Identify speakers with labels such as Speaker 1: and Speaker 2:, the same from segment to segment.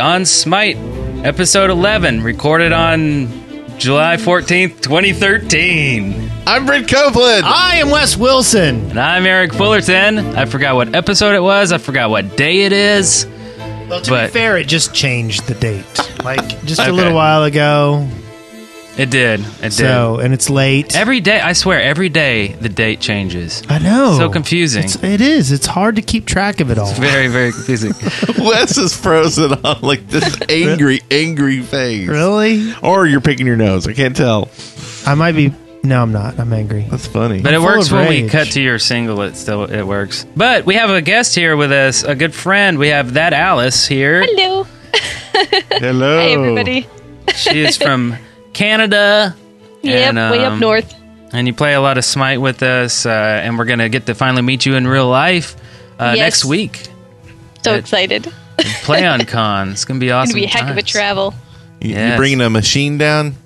Speaker 1: on Smite, episode 11, recorded on July 14th, 2013.
Speaker 2: I'm Brent Copeland.
Speaker 3: I am Wes Wilson.
Speaker 1: And I'm Eric Fullerton. I forgot what episode it was, I forgot what day it is.
Speaker 3: Well, to
Speaker 1: But-
Speaker 3: be fair, it just changed the date, like just
Speaker 1: Okay.
Speaker 3: a little while ago.
Speaker 1: It did. It
Speaker 3: So, and it's late.
Speaker 1: did. Every day, I swear, every day the date changes.
Speaker 3: I know.
Speaker 1: So confusing.
Speaker 3: It's, it is. It's hard to keep track of it all.
Speaker 1: Very, very confusing.
Speaker 2: Wes is frozen on like this angry, angry face.
Speaker 3: Really?
Speaker 2: Or you're picking your nose. I can't tell.
Speaker 3: I might be. No, I'm not. I'm angry.
Speaker 2: That's funny.
Speaker 1: But it
Speaker 3: full
Speaker 1: works
Speaker 3: of
Speaker 1: when we
Speaker 3: rage.
Speaker 1: cut to your single. It still it works. But we have a guest here with us, a good friend. We have that Alice here.
Speaker 4: Hello.
Speaker 2: Hello,
Speaker 4: Hey, everybody.
Speaker 1: She is from Canada.
Speaker 4: Yep,
Speaker 1: And,
Speaker 4: way up
Speaker 1: um,
Speaker 4: north.
Speaker 1: And you play a lot of Smite with us, uh, and we're gonna get to finally meet you in real life uh,
Speaker 4: Yes.
Speaker 1: next week.
Speaker 4: So
Speaker 1: it-
Speaker 4: excited. It's
Speaker 1: Play on con. It's gonna be
Speaker 4: going to
Speaker 1: awesome.
Speaker 4: be a heck of a
Speaker 1: times.
Speaker 4: travel.
Speaker 2: You, you
Speaker 1: Yes.
Speaker 2: bringing a machine down?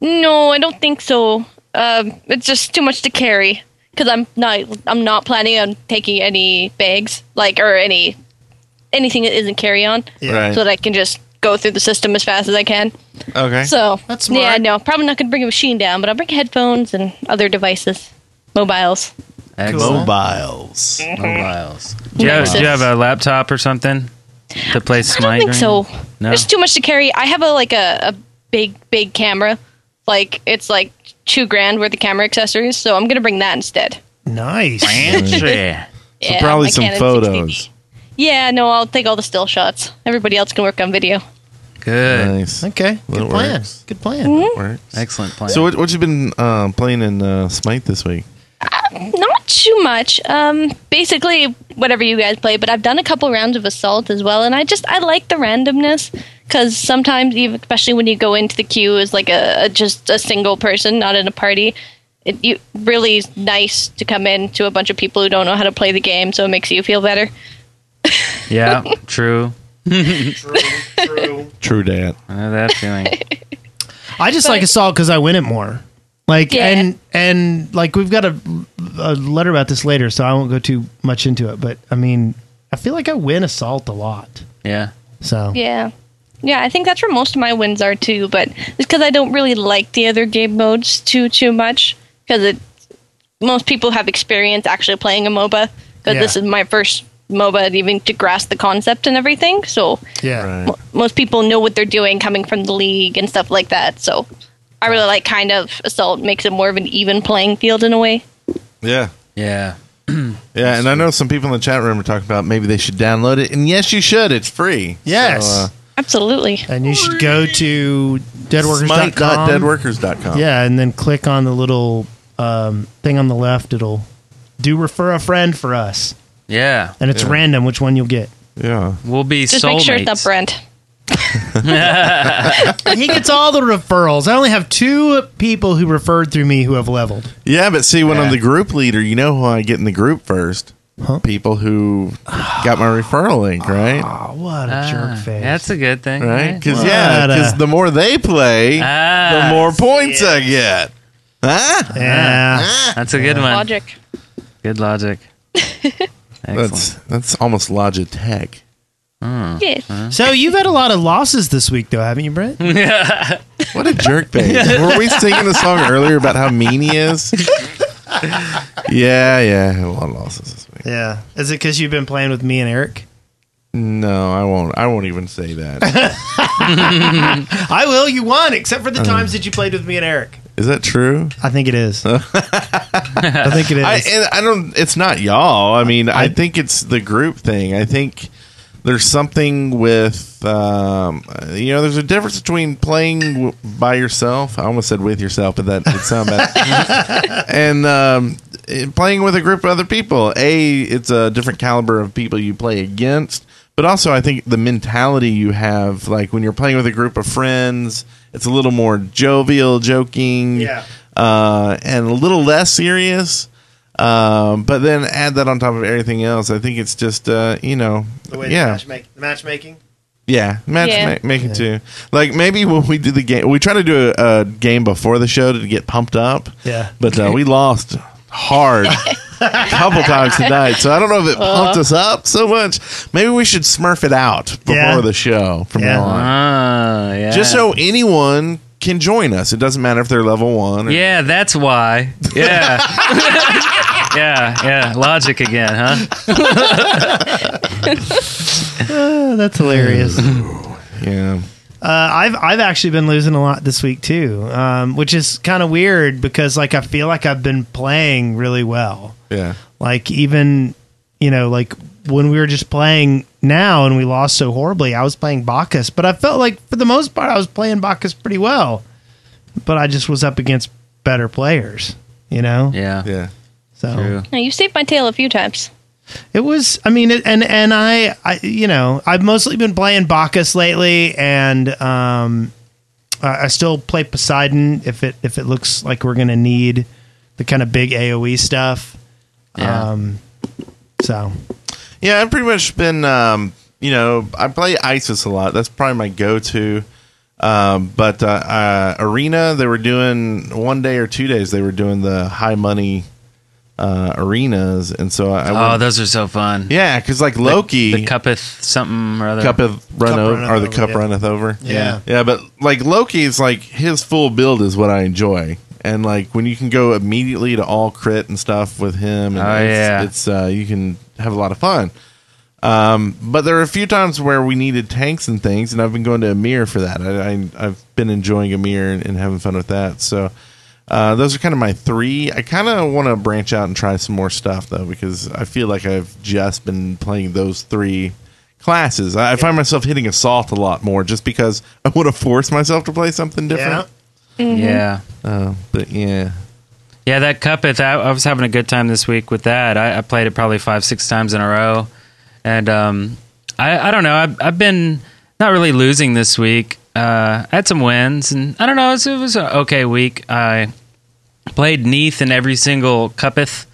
Speaker 4: No, I don't think so. Um, it's just too much to carry because I'm not. I'm not planning on taking any bags, like or any anything that isn't carry on,
Speaker 2: Right.
Speaker 4: so that I can just go through the system as fast as I can.
Speaker 2: okay.
Speaker 4: So
Speaker 3: That's smart.
Speaker 4: yeah, no, probably not going to bring a machine down, but I'll bring headphones and other devices, mobiles.
Speaker 1: Excellent.
Speaker 2: Mobiles.
Speaker 1: Mobiles. Do you, have, do
Speaker 4: Nexus.
Speaker 1: you have a laptop or something to play Smite?
Speaker 4: I don't
Speaker 1: right
Speaker 4: think so.
Speaker 1: now? No.
Speaker 4: There's too much to carry. I have a like a, a big big camera, like it's like two grand worth of camera accessories. So I'm gonna bring that instead.
Speaker 3: Nice.
Speaker 1: Fancy.
Speaker 4: Yeah,
Speaker 2: Probably
Speaker 4: my
Speaker 2: some
Speaker 4: Canon 60D.
Speaker 2: photos.
Speaker 4: Yeah, no, I'll take all the still shots. Everybody else can work on video.
Speaker 1: Good.
Speaker 2: Nice.
Speaker 3: Okay. Good
Speaker 2: That
Speaker 3: plan.
Speaker 2: works.
Speaker 3: Good plan.
Speaker 2: Works.
Speaker 1: Excellent plan.
Speaker 2: So what what you been uh, playing in uh, Smite this week?
Speaker 4: Not too much. Um, basically whatever you guys play, but I've done a couple rounds of assault as well, and I just I like the randomness because sometimes, even especially when you go into the queue as like a, a just a single person, not in a party, it you, really is nice to come in to a bunch of people who don't know how to play the game, so it makes you feel better.
Speaker 1: yeah, true.
Speaker 2: True dat.
Speaker 1: I know that feeling.
Speaker 3: I just like assault because I win it more. Like
Speaker 4: Yeah.
Speaker 3: and and like we've got a, a letter about this later, so I won't go too much into it. But I mean, I feel like I win assault a lot.
Speaker 1: Yeah.
Speaker 3: So
Speaker 4: Yeah. Yeah, I think that's where most of my wins are too, but it's because I don't really like the other game modes too too much because it most people have experience actually playing a MOBA because
Speaker 3: Yeah.
Speaker 4: this is my first MOBA even to grasp the concept and everything. So
Speaker 3: yeah,
Speaker 2: Right.
Speaker 4: most people know what they're doing coming from the league and stuff like that. So I really like kind of assault makes it more of an even playing field in a way.
Speaker 2: Yeah.
Speaker 1: Yeah.
Speaker 2: Yeah, and I know some people in the chat room are talking about maybe they should download it, and yes, you should. It's free.
Speaker 3: Yes.
Speaker 2: So, uh,
Speaker 4: Absolutely.
Speaker 3: and you should go to deadworkers.com.
Speaker 2: Smite.deadworkers.com.
Speaker 3: Yeah, and then click on the little um, thing on the left. It'll do refer a friend for us,
Speaker 1: Yeah.
Speaker 3: and it's
Speaker 2: Yeah.
Speaker 3: random which one you'll get.
Speaker 2: Yeah.
Speaker 1: We'll be
Speaker 4: Just
Speaker 1: soulmates.
Speaker 4: make sure it's not Brent.
Speaker 3: he gets all the referrals. I only have two people who referred through me who have leveled.
Speaker 2: Yeah, but see, when
Speaker 1: Yeah.
Speaker 2: I'm the group leader, you know who I get in the group first?
Speaker 3: Huh?
Speaker 2: People who got my referral link, right?
Speaker 3: Oh, what a
Speaker 1: Ah,
Speaker 3: jerk face!
Speaker 1: That's a good thing.
Speaker 2: Right? Because
Speaker 3: What
Speaker 2: yeah,
Speaker 3: a-
Speaker 2: because the more they play,
Speaker 1: Ah,
Speaker 2: the more points I get. Huh?
Speaker 3: yeah.
Speaker 1: That's a good one.
Speaker 4: Logic.
Speaker 1: Good logic. Excellent.
Speaker 2: That's that's almost Logitech.
Speaker 4: Yes.
Speaker 3: So you've had a lot of losses this week, though, haven't you, Brent?
Speaker 2: What a jerk face. Were we singing the song earlier about how mean he is? yeah, yeah. I had a lot of losses this week.
Speaker 3: yeah. Is it because you've been playing with me and Eric?
Speaker 2: No, I won't. I won't even say that.
Speaker 3: I will. You won, except for the times that you played with me and Eric.
Speaker 2: Is that true?
Speaker 3: I think it is. I think it is.
Speaker 2: I, and I don't. It's not y'all. I mean, I, think it's the group thing. I think there's something with um, you know. There's a difference between playing w- by yourself. I almost said with yourself, but that it sounded bad. and um, eh, playing with a group of other people. A, it's a different caliber of people you play against. But also, I think the mentality you have, like when you're playing with a group of friends, it's a little more jovial, joking,
Speaker 3: Yeah.
Speaker 2: uh, and a little less serious. Um, but then add that on top of everything else. I think it's just uh, you know, yeah,
Speaker 3: matchmaking.
Speaker 2: yeah, match
Speaker 4: Yeah.
Speaker 2: ma- making too. Like maybe when we did the game, we try to do a, a game before the show to get pumped up.
Speaker 3: Yeah.
Speaker 2: but uh, we lost hard. couple times tonight, so I don't know if it pumped us up so much. Maybe we should smurf it out before
Speaker 3: Yeah.
Speaker 2: the show from
Speaker 3: Yeah.
Speaker 2: now on.
Speaker 1: Ah, yeah.
Speaker 2: Just so anyone can join us. It doesn't matter if they're level one. Or,
Speaker 1: Yeah, that's why. Yeah. yeah, yeah. Logic again, huh?
Speaker 3: Oh, that's hilarious.
Speaker 2: yeah.
Speaker 3: Uh, I've I've actually been losing a lot this week too, um, which is kind of weird because like I feel like I've been playing really well.
Speaker 2: Yeah.
Speaker 3: Like even you know like when we were just playing now and we lost so horribly, I was playing Bacchus, but I felt like for the most part I was playing Bacchus pretty well, but I just was up against better players, you know.
Speaker 1: Yeah.
Speaker 2: Yeah.
Speaker 3: so
Speaker 1: True.
Speaker 4: Now, you've saved my tail a few times.
Speaker 3: it was. I mean, it, and and I, I, you know, I've mostly been playing Bacchus lately, and um, I, I still play Poseidon if it if it looks like we're gonna need the kind of big AOE stuff.
Speaker 1: Yeah.
Speaker 3: Um, so
Speaker 2: Yeah, I've pretty much been, um, you know, I play ISIS a lot. That's probably my go-to. Um, but uh, uh, arena, they were doing one day or two days. They were doing the high money uh, arenas, and so I, I
Speaker 1: Oh,
Speaker 2: went-
Speaker 1: those are so fun.
Speaker 2: yeah, because like Loki,
Speaker 1: The cuppeth something or other.
Speaker 2: cup of run
Speaker 3: Cup
Speaker 2: over,
Speaker 3: runneth
Speaker 2: or the
Speaker 3: over,
Speaker 2: cup
Speaker 3: yeah.
Speaker 2: runneth over.
Speaker 3: Yeah.
Speaker 2: yeah, but like Loki is like his full build is what I enjoy, and like when you can go immediately to all crit and stuff with him, and
Speaker 1: Oh,
Speaker 2: it's,
Speaker 1: yeah.
Speaker 2: it's uh, you can have a lot of fun. Um, but there are a few times where we needed tanks and things, and I've been going to Amir for that. I, I I've been enjoying Amir and, and having fun with that. So. Uh, those are kind of my three. I kind of want to branch out and try some more stuff though, because I feel like I've just been playing those three classes. I, I find myself hitting assault a lot more, just because I want to force myself to play something different.
Speaker 1: Yeah.
Speaker 2: Uh, but yeah,
Speaker 1: Yeah, that cuppeth. I, I was having a good time this week with that. I, I played it probably five, six times in a row, and um, I, I don't know. I've, I've been not really losing this week. Uh, I had some wins, and I don't know. It was, it was an okay week. I played Neath in every single cuppeth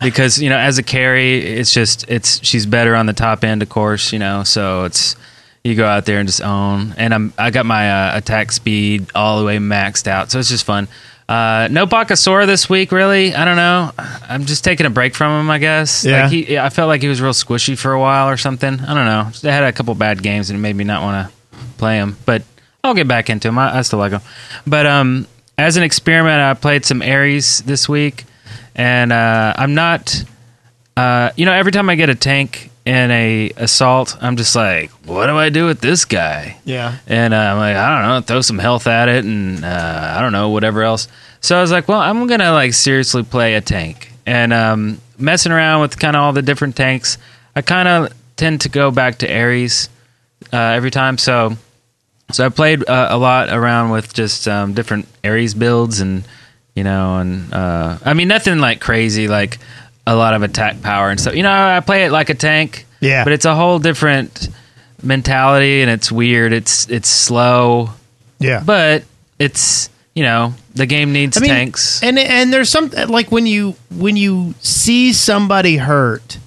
Speaker 1: because you know, as a carry, it's just it's she's better on the top end, of course. You know, so it's you go out there and just own. And I'm I got my uh, attack speed all the way maxed out, so it's just fun. Uh, no Bakasora this week, really. I don't know. I'm just taking a break from him, I guess.
Speaker 3: Yeah.
Speaker 1: Like he, yeah, I felt like he was real squishy for a while or something. I don't know. They had a couple bad games and it made me not want to play him, but I'll get back into him. I, I still like him. But um, as an experiment, I played some Ares this week, and uh, I'm not. Uh, you know, every time I get a tank in a assault, I'm just like, what do I do with this guy?
Speaker 3: yeah,
Speaker 1: And uh, I'm like, I don't know, throw some health at it, and uh, I don't know, whatever else. So I was like, well, I'm gonna like seriously play a tank, and um, messing around with kind of all the different tanks. I kind of tend to go back to Ares uh, every time, so so I played uh, a lot around with just um, different Ares builds and you know and uh, I mean nothing like crazy like a lot of attack power and stuff. You know I play it like a tank,
Speaker 3: Yeah.
Speaker 1: but it's a whole different mentality and it's weird. It's it's slow,
Speaker 3: yeah.
Speaker 1: but it's you know the game needs tanks.
Speaker 3: And and there's some like when you when you see somebody hurt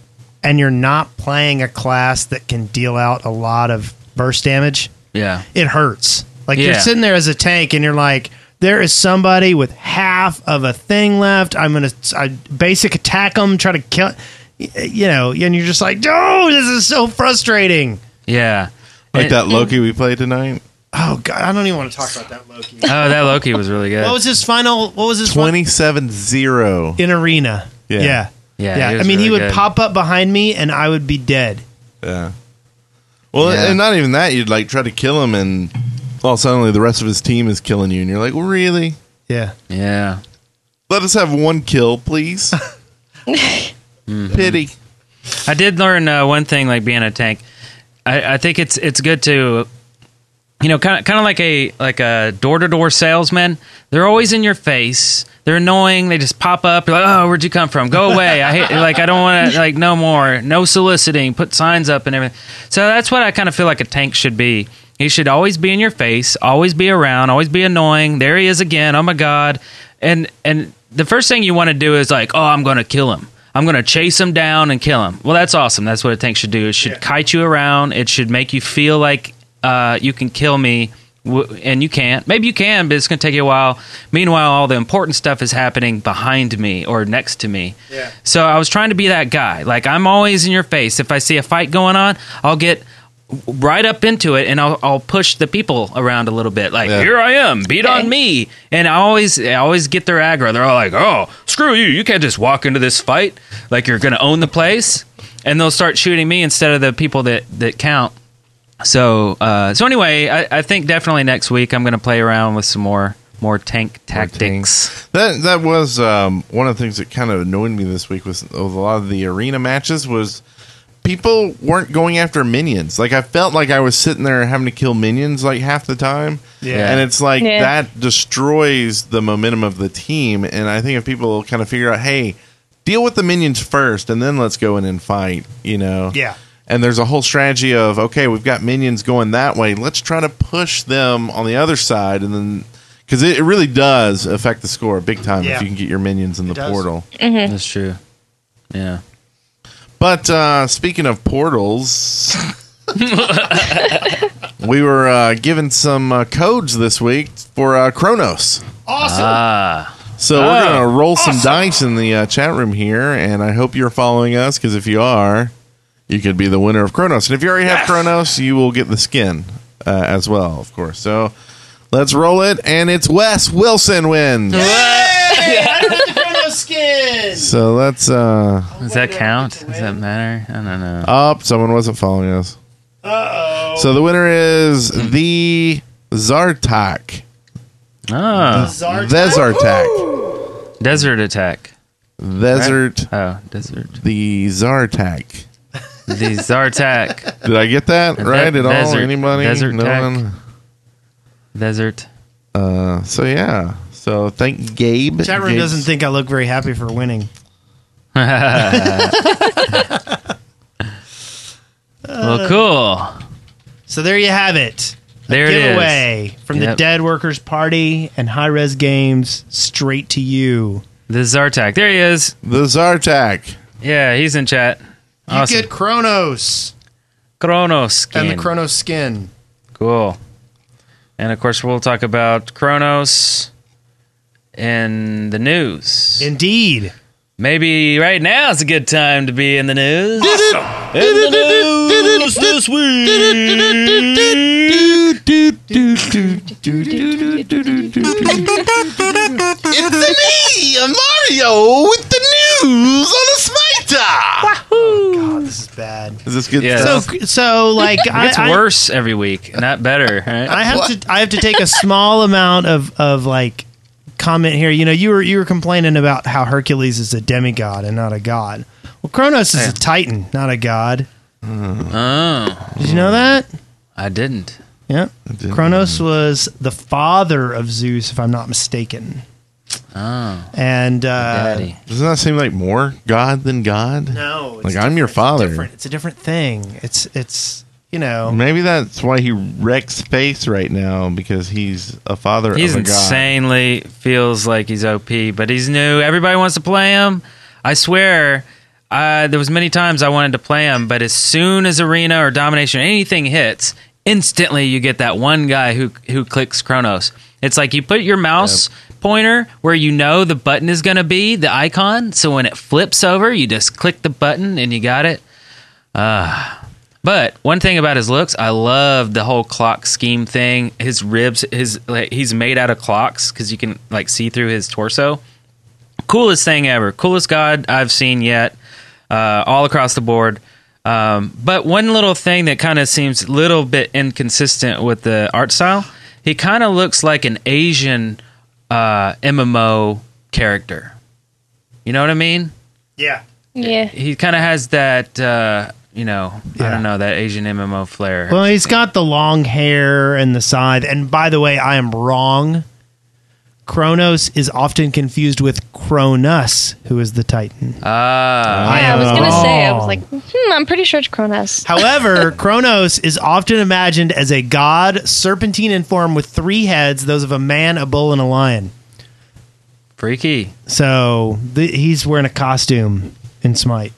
Speaker 3: and you're not playing a class that can deal out a lot of burst damage.
Speaker 1: yeah,
Speaker 3: it hurts. Like you're
Speaker 1: Yeah.
Speaker 3: sitting there as a tank, and you're like, there is somebody with half of a thing left. I'm gonna I basic attack them, try to kill, y- you know. And you're just like, oh, this is so frustrating.
Speaker 1: yeah.
Speaker 2: like
Speaker 1: And-
Speaker 2: that Loki we played tonight.
Speaker 3: Oh God, I don't even want to talk about that Loki.
Speaker 1: Oh, that Loki was really good.
Speaker 3: what was his final? What was his final-
Speaker 2: 27-0.
Speaker 3: in arena?
Speaker 2: Yeah.
Speaker 3: yeah,
Speaker 1: Yeah, he
Speaker 3: I
Speaker 1: was
Speaker 3: mean, he
Speaker 1: really
Speaker 3: would
Speaker 1: good.
Speaker 3: pop up behind me, and I would be dead.
Speaker 2: Yeah. Well,
Speaker 1: Yeah.
Speaker 2: and not even that. You'd like try to kill him, and well, suddenly the rest of his team is killing you, and you're like, well, really?
Speaker 3: Yeah,
Speaker 1: yeah.
Speaker 2: Let us have one kill, please. Pity.
Speaker 1: I did learn uh, one thing, like being a tank. I, I think it's it's good to, you know, kind of kind of like a like a door to door salesman. They're always in your face. They're annoying. They just pop up. You're like, oh, where'd you come from? Go away. I hate, like I don't want to like no more. No soliciting. Put signs up and everything. So that's what I kind of feel like a tank should be. He should always be in your face. Always be around. Always be annoying. There he is again. Oh my god. And and the first thing you want to do is like, oh, I'm going to kill him. I'm going to chase him down and kill him. Well, that's awesome. That's what a tank should do. It should kite you around. It should make you feel like uh, you can kill me W- and you can't. Maybe you can, but it's going to take you a while. Meanwhile, all the important stuff is happening behind me or next to me. Yeah. So I was trying to be that guy. Like I'm always in your face. If I see a fight going on, I'll get right up into it and I'll, I'll push the people around a little bit like
Speaker 2: Yeah.
Speaker 1: here i am beat on me and i always i always get their aggro they're all like oh screw you you can't just walk into this fight like you're gonna own the place and they'll start shooting me instead of the people that that count so uh so anyway i, I think definitely next week i'm gonna play around with some more more tank tactics
Speaker 2: That that was um, one of the things that kind of annoyed me this week was, was a lot of the arena matches was people weren't going after minions. Like I felt like I was sitting there having to kill minions like half the time.
Speaker 3: Yeah.
Speaker 2: And it's like
Speaker 4: Yeah.
Speaker 2: that destroys the momentum of the team. And I think if people kind of figure out, hey, deal with the minions first and then let's go in and fight, you know.
Speaker 3: Yeah.
Speaker 2: And there's a whole strategy of okay, we've got minions going that way. Let's try to push them on the other side, and then because it, it really does affect the score big time
Speaker 3: Yeah.
Speaker 2: if you can get your minions in the
Speaker 3: does.
Speaker 2: portal.
Speaker 1: that's true yeah
Speaker 2: But uh, speaking of portals, we were uh, given some uh, codes this week for uh, Kronos.
Speaker 3: Awesome.
Speaker 2: So we're gonna roll some dice in the uh, chat room here, and I hope you're following us because if you are, you could be the winner of Kronos. And if you already have Kronos, you will get the skin uh, as well, of course. So let's roll it, and it's Wes Wilson wins. So let's uh,
Speaker 1: does that count does that matter i don't know
Speaker 2: up. Someone wasn't following us. Uh oh. So the winner is the Zartak.
Speaker 1: oh
Speaker 2: The Zartak.
Speaker 1: desert attack
Speaker 2: Desert.
Speaker 1: oh desert
Speaker 2: The Zartak.
Speaker 1: the zartak
Speaker 2: Did I get that right at all?
Speaker 1: desert-
Speaker 2: Anybody?
Speaker 1: desert
Speaker 2: no
Speaker 1: tack.
Speaker 2: one.
Speaker 1: desert
Speaker 2: Uh, so yeah. So thank Gabe.
Speaker 3: Chat room
Speaker 2: Gabe's-
Speaker 3: doesn't think I look very happy for winning.
Speaker 1: well, cool.
Speaker 3: So there you have it. A
Speaker 1: There it is.
Speaker 3: giveaway from the
Speaker 1: Yep.
Speaker 3: Dead Workers Party and High Res Games straight to you.
Speaker 1: The Zartak. There he is.
Speaker 2: The Zartak.
Speaker 1: Yeah, he's in chat. Awesome.
Speaker 3: You get Kronos
Speaker 1: Chronos skin.
Speaker 3: and the Kronos skin.
Speaker 1: cool. And of course, we'll talk about Chronos in the news.
Speaker 3: Indeed.
Speaker 1: Maybe right now is a good time to be in the news. In the news this week.
Speaker 2: It's me, Mario, with the news on a smiter.
Speaker 3: God, this is bad.
Speaker 2: Is this good
Speaker 1: Yeah.
Speaker 3: So,
Speaker 2: stuff?
Speaker 3: so like I,
Speaker 1: It's
Speaker 3: I-
Speaker 1: worse every week, not better. Right?
Speaker 3: I have to I have to take a small amount of of like comment here. You know, you were you were complaining about how Hercules is a demigod and not a god. Well, Kronos is a titan, not a god.
Speaker 1: oh,
Speaker 3: Did you know that?
Speaker 1: I didn't.
Speaker 3: Yeah.
Speaker 2: didn't
Speaker 3: Kronos was the father of Zeus, if I'm not mistaken.
Speaker 1: Oh,
Speaker 3: And uh,
Speaker 1: daddy.
Speaker 2: Doesn't that seem like more God than God?
Speaker 3: no,
Speaker 2: Like, I'm your
Speaker 3: different. It's
Speaker 2: father.
Speaker 3: different. It's a different thing. It's it's you know
Speaker 2: Maybe that's why he wrecks face right now because he's a father
Speaker 1: He's
Speaker 2: of a god.
Speaker 1: insanely feels like he's OP, but he's new. Everybody wants to play him. I swear, uh, there was many times I wanted to play him, but as soon as arena or domination, anything hits, instantly you get that one guy who who clicks Chronos. It's like you put your mouse pointer where you know the button is going to be the icon, so when it flips over, you just click the button and you got it. But one thing about his looks, I love the whole clock scheme thing. His ribs, his like, he's made out of clocks because you can like see through his torso. Coolest thing ever, coolest god I've seen yet, uh, all across the board. Um, but one little thing that kind of seems a little bit inconsistent with the art style, he kind of looks like an Asian uh, MMO character. You know what I mean?
Speaker 3: yeah
Speaker 4: Yeah.
Speaker 1: He kind of has that, uh, you know, I
Speaker 3: Yeah.
Speaker 1: don't know, that Asian MMO flair.
Speaker 3: Well, he's got the long hair and the scythe. And by the way, I am wrong. Kronos is often confused with Cronus, who is the Titan.
Speaker 1: Ah,
Speaker 4: Yeah, I was
Speaker 3: am
Speaker 4: gonna say, I was
Speaker 3: wrong.
Speaker 4: like, hmm, I'm pretty sure it's Kronos.
Speaker 3: However, Kronos is often imagined as a god, serpentine in form, with three heads those of a man, a bull, and a lion.
Speaker 1: freaky.
Speaker 3: So th- he's wearing a costume in Smite.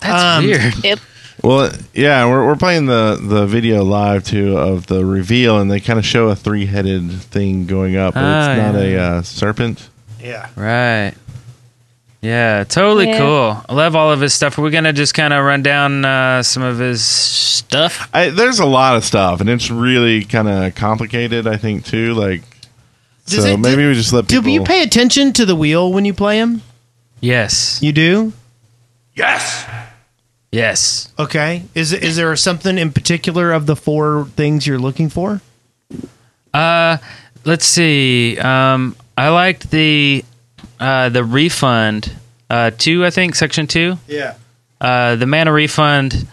Speaker 1: That's
Speaker 3: Um,
Speaker 1: weird.
Speaker 4: Yep.
Speaker 2: Well, yeah, we're we're playing the the video live too of the reveal, and they kind of show a three headed thing going up. but
Speaker 1: Ah,
Speaker 2: it's not
Speaker 1: yeah.
Speaker 2: a uh, serpent.
Speaker 3: Yeah.
Speaker 1: Right. Yeah, totally
Speaker 4: Yeah.
Speaker 1: cool. I love all of his stuff. We're gonna just kind of run down uh, some of his stuff.
Speaker 2: I, there's a lot of stuff, and it's really kind of complicated. I think too, like
Speaker 3: Does
Speaker 2: so
Speaker 3: it-
Speaker 2: maybe we just let
Speaker 3: Do
Speaker 2: people.
Speaker 3: you pay attention to the wheel when you play him?
Speaker 1: Yes.
Speaker 3: You do.
Speaker 1: Yes.
Speaker 3: Okay. Is is there something in particular of the four things you're looking for?
Speaker 1: Uh, let's see. Um, I liked the uh, the refund uh, two. I think section two.
Speaker 3: Yeah.
Speaker 1: Uh, the mana refund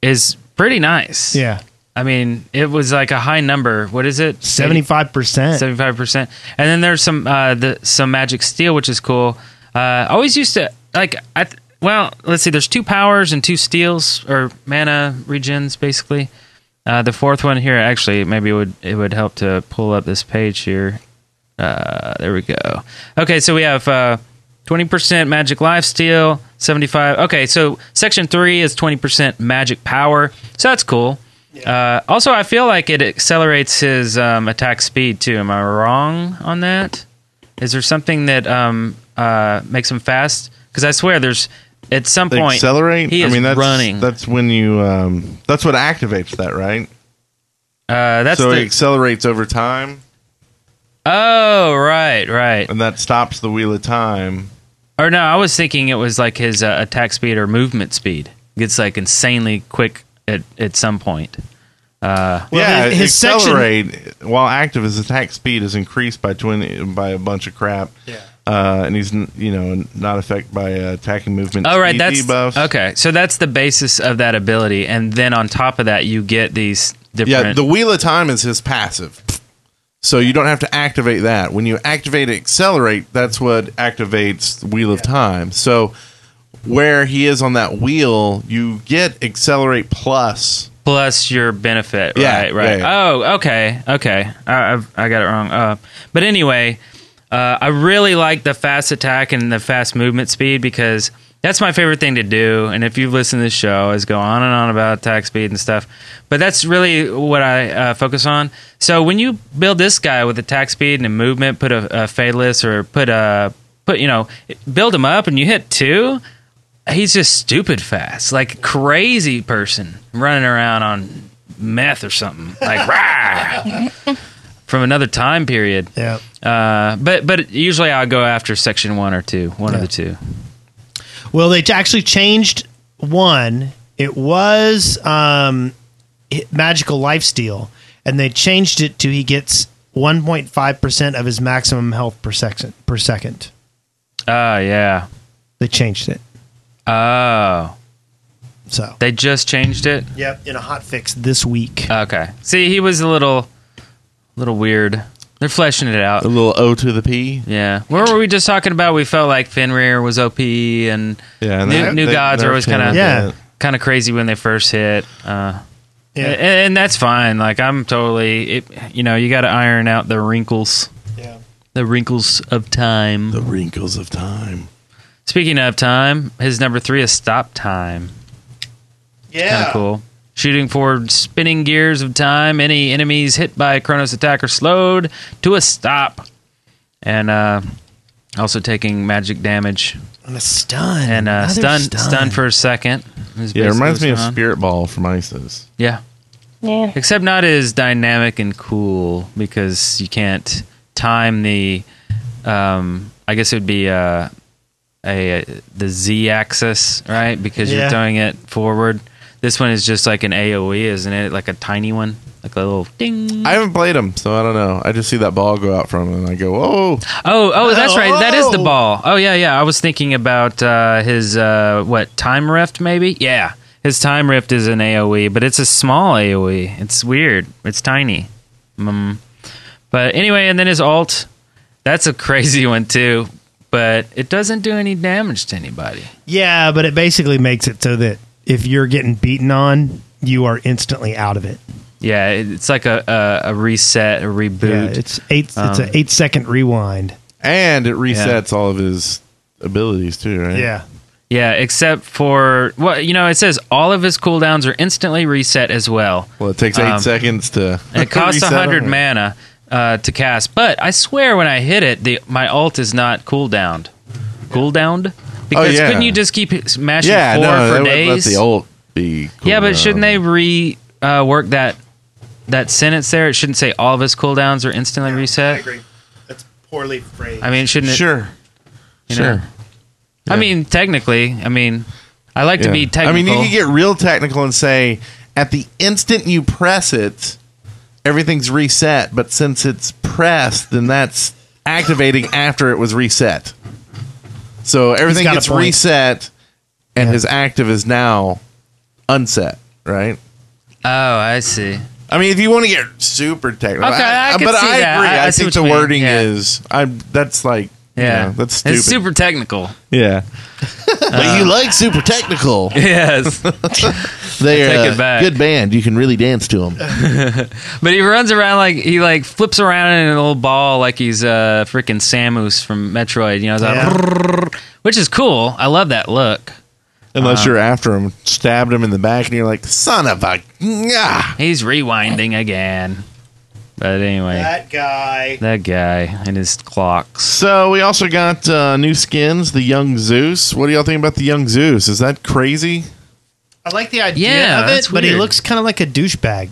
Speaker 1: is pretty nice.
Speaker 3: Yeah.
Speaker 1: I mean, it was like a high number. What is it?
Speaker 3: Seventy five percent.
Speaker 1: Seventy-five percent. And then there's some uh, the some magic steel, which is cool. Uh, I always used to like. I th- well, let's see. There's two powers and two steals or mana regens, basically. Uh, the fourth one here, actually, maybe it would it would help to pull up this page here. Uh, there we go. Okay, so we have uh, twenty percent magic life steal, seventy-five. Okay, so section three is twenty percent magic power, so that's cool. Uh, also, I feel like it accelerates his um, attack speed too. Am I wrong on that? Is there something that um, uh, makes him fast? Because I swear, there's at some point
Speaker 2: accelerate.
Speaker 1: He is
Speaker 2: I mean, that's
Speaker 1: running.
Speaker 2: That's when you. Um, that's what activates that, right?
Speaker 1: uh, that's
Speaker 2: so
Speaker 1: the,
Speaker 2: it accelerates over time,
Speaker 1: oh right, right.
Speaker 2: and that stops the wheel of time.
Speaker 1: Or no, I was thinking it was like his uh, attack speed or movement speed gets like insanely quick at at some point.
Speaker 2: yeah,
Speaker 3: his-
Speaker 2: his,
Speaker 3: his section-
Speaker 2: accelerate while active. His attack speed is increased by twenty by a bunch of crap. Yeah, uh, and he's n- you know not affected by uh, attacking movement.
Speaker 1: Oh right,
Speaker 2: speed
Speaker 1: that's
Speaker 2: debuffs.
Speaker 1: okay. So that's the basis of that ability, and then on top of that, you get these different.
Speaker 2: Yeah, the wheel of time is his passive, so you don't have to activate that. When you activate accelerate, that's what activates the wheel of time. So where he is on that wheel, you get accelerate plus.
Speaker 1: plus your benefit.
Speaker 2: Yeah,
Speaker 1: right, right.
Speaker 2: yeah, yeah.
Speaker 1: Oh, okay, okay. I, I've, I got it wrong. Uh, but anyway, uh, I really like the fast attack and the fast movement speed because that's my favorite thing to do. And if you've listened to this show, I always go on and on about attack speed and stuff. But that's really what I uh, focus on. So when you build this guy with attack speed and a movement, put a, a fadeless or put a put you know build him up, and you hit two he's just stupid fast, like a crazy person running around on meth or something, like rah, from another time period.
Speaker 3: Yeah.
Speaker 1: Uh, but but usually I'll go after section one or two, one of the two.
Speaker 3: Well, they t- actually changed one. It was um, it- magical lifesteal, and they changed it to he gets 1.5 percent of his maximum health per second. Per second,
Speaker 1: Oh yeah.
Speaker 3: they changed it.
Speaker 1: Oh,
Speaker 3: So,
Speaker 1: they just changed it.
Speaker 3: yep, in a hot fix this week.
Speaker 1: Okay. See, he was a little, little weird. They're fleshing it out.
Speaker 2: A little O to the P.
Speaker 1: Yeah. What were we just talking about? We felt like Fenrir was OP and
Speaker 2: Yeah, and
Speaker 1: New-
Speaker 2: that-
Speaker 1: New
Speaker 2: they-
Speaker 1: Gods are
Speaker 2: they're
Speaker 1: always kind of
Speaker 2: changing
Speaker 3: Yeah.
Speaker 2: that.
Speaker 1: kind of crazy when they first hit. Uh,
Speaker 3: Yeah.
Speaker 1: And, and that's fine. Like I'm totally, it, you know, you got to iron out the wrinkles,
Speaker 3: yeah.
Speaker 1: the wrinkles of time.
Speaker 2: The wrinkles of time.
Speaker 1: Speaking of time, his number three is stop time. Kind of cool. Shooting forward, spinning gears of time. Any enemies hit by a Kronos attack are slowed to a stop, and uh, also taking magic damage
Speaker 3: And a stun.
Speaker 1: and uh,
Speaker 3: Another
Speaker 1: stun, stun for a second. is
Speaker 2: Yeah, it reminds
Speaker 1: basically
Speaker 2: me of
Speaker 1: stun.
Speaker 2: Spirit Ball from ISIS.
Speaker 1: Yeah.
Speaker 4: Yeah.
Speaker 1: except not as dynamic and cool because you can't time the um i guess it would be uh a the z axis right because
Speaker 3: Yeah.
Speaker 1: you're throwing it forward this one is just like an aoe isn't it like a tiny one like a little ding
Speaker 2: I haven't played him, so I don't know. I just see that ball go out from him, and I go, "Oh,
Speaker 1: oh oh that's right that is the
Speaker 3: Oh.
Speaker 1: ball oh yeah yeah i was thinking about uh his uh what time rift maybe yeah his time rift is an aoe but it's a small aoe it's weird it's tiny mm. But anyway, and then his alt, that's a crazy one too. But it doesn't do any damage to anybody.
Speaker 3: Yeah, but it basically makes it so that if you're getting beaten on, you are instantly out of it.
Speaker 1: Yeah, it- it's like a a, a reset, a reboot.
Speaker 3: Yeah, it's eight. it's
Speaker 1: Um,
Speaker 3: an eight second rewind.
Speaker 2: And it resets all of his abilities too, right?
Speaker 3: Yeah.
Speaker 1: Yeah, except for well, you know, it says all of his cooldowns are instantly reset as well.
Speaker 2: Well, it takes eight
Speaker 1: Um,
Speaker 2: seconds to.
Speaker 1: And it costs
Speaker 2: reset
Speaker 1: 100
Speaker 2: them.
Speaker 1: mana uh, to cast, but I swear when I hit it, the my alt is not cooldowned. Cooldowned? Because
Speaker 2: Oh, yeah.
Speaker 1: couldn't you just keep smashing
Speaker 2: Yeah,
Speaker 1: four
Speaker 2: no,
Speaker 1: for
Speaker 2: that would let
Speaker 1: days?
Speaker 2: the ult be.
Speaker 1: yeah, but
Speaker 2: cooldown.
Speaker 1: shouldn't they re uh, work that that sentence there? It shouldn't say all of his cooldowns are instantly reset.
Speaker 5: I agree. That's poorly phrased.
Speaker 1: I mean, shouldn't it?
Speaker 2: Sure.
Speaker 1: you know?
Speaker 2: sure.
Speaker 1: I mean, technically, I mean, I like to be
Speaker 2: Yeah.
Speaker 1: technical.
Speaker 2: I mean, you can get real technical and say at the instant you press it, everything's reset. But since it's pressed, then that's activating after it was reset. So everything
Speaker 3: got a
Speaker 2: gets
Speaker 3: point.
Speaker 2: reset, and his active is now unset. Right.
Speaker 1: oh, I see.
Speaker 2: I mean, if you want to get super technical,
Speaker 1: Okay, I can
Speaker 2: but
Speaker 1: see
Speaker 2: I agree.
Speaker 1: that. I-
Speaker 2: I,
Speaker 1: I see
Speaker 2: think
Speaker 1: what
Speaker 2: the
Speaker 1: you mean.
Speaker 2: wording
Speaker 1: Yeah.
Speaker 2: is. I'm. That's like.
Speaker 1: Yeah,
Speaker 2: Yeah, that's stupid. Uh,
Speaker 1: It's super technical.
Speaker 2: Yeah. but you like super technical.
Speaker 1: Yes,
Speaker 2: They're
Speaker 1: take it back.
Speaker 2: uh, band. You can really dance to them.
Speaker 1: but he runs around like he like flips around in a little ball like he's uh freaking Samus from Metroid. You know, it's like,
Speaker 3: Yeah.
Speaker 1: "Brrrr," which is cool. I love that look.
Speaker 2: Unless
Speaker 1: Uh-huh.
Speaker 2: you're after him, stabbed him in the back, and you're like, son of a. Yeah.
Speaker 1: He's rewinding again. But anyway, that,
Speaker 5: that guy.
Speaker 1: guy and his clocks.
Speaker 2: So we also got uh, new skins, the Young Zeus. What do y'all think about the Young Zeus? Is that crazy?
Speaker 3: I like the idea
Speaker 1: Yeah,
Speaker 3: of it,
Speaker 1: that's
Speaker 3: but he
Speaker 1: weird.
Speaker 3: looks kind of like a douchebag.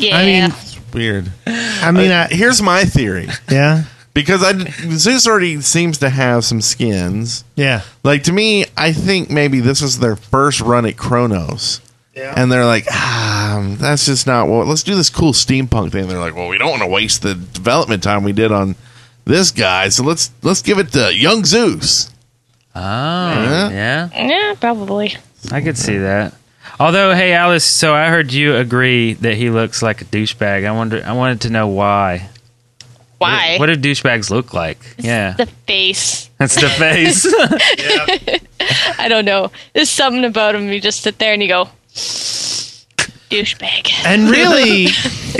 Speaker 4: Yeah.
Speaker 3: I mean,
Speaker 2: Weird.
Speaker 3: I mean, I,
Speaker 2: Here's my theory.
Speaker 3: yeah,
Speaker 2: Because I, Zeus already seems to have some skins.
Speaker 3: yeah.
Speaker 2: Like to me, I think maybe this was their first run at Kronos.
Speaker 5: Yeah.
Speaker 2: And they're like, ah, that's just not what. Let's do this cool steampunk thing. And they're like, well, we don't want to waste the development time we did on this guy, so let's let's give it to Young Zeus.
Speaker 1: Oh,
Speaker 2: Yeah.
Speaker 1: yeah.
Speaker 4: yeah, probably.
Speaker 1: I could see that. Although, hey Alice, so I heard you agree that he looks like a douchebag. I wonder, I wanted to know why.
Speaker 4: Why?
Speaker 1: What do douchebags look like? Yeah,
Speaker 4: the face.
Speaker 1: that's the face.
Speaker 5: Yeah.
Speaker 4: I don't know. There's something about him. You just sit there and you go, douchebag.
Speaker 3: And really,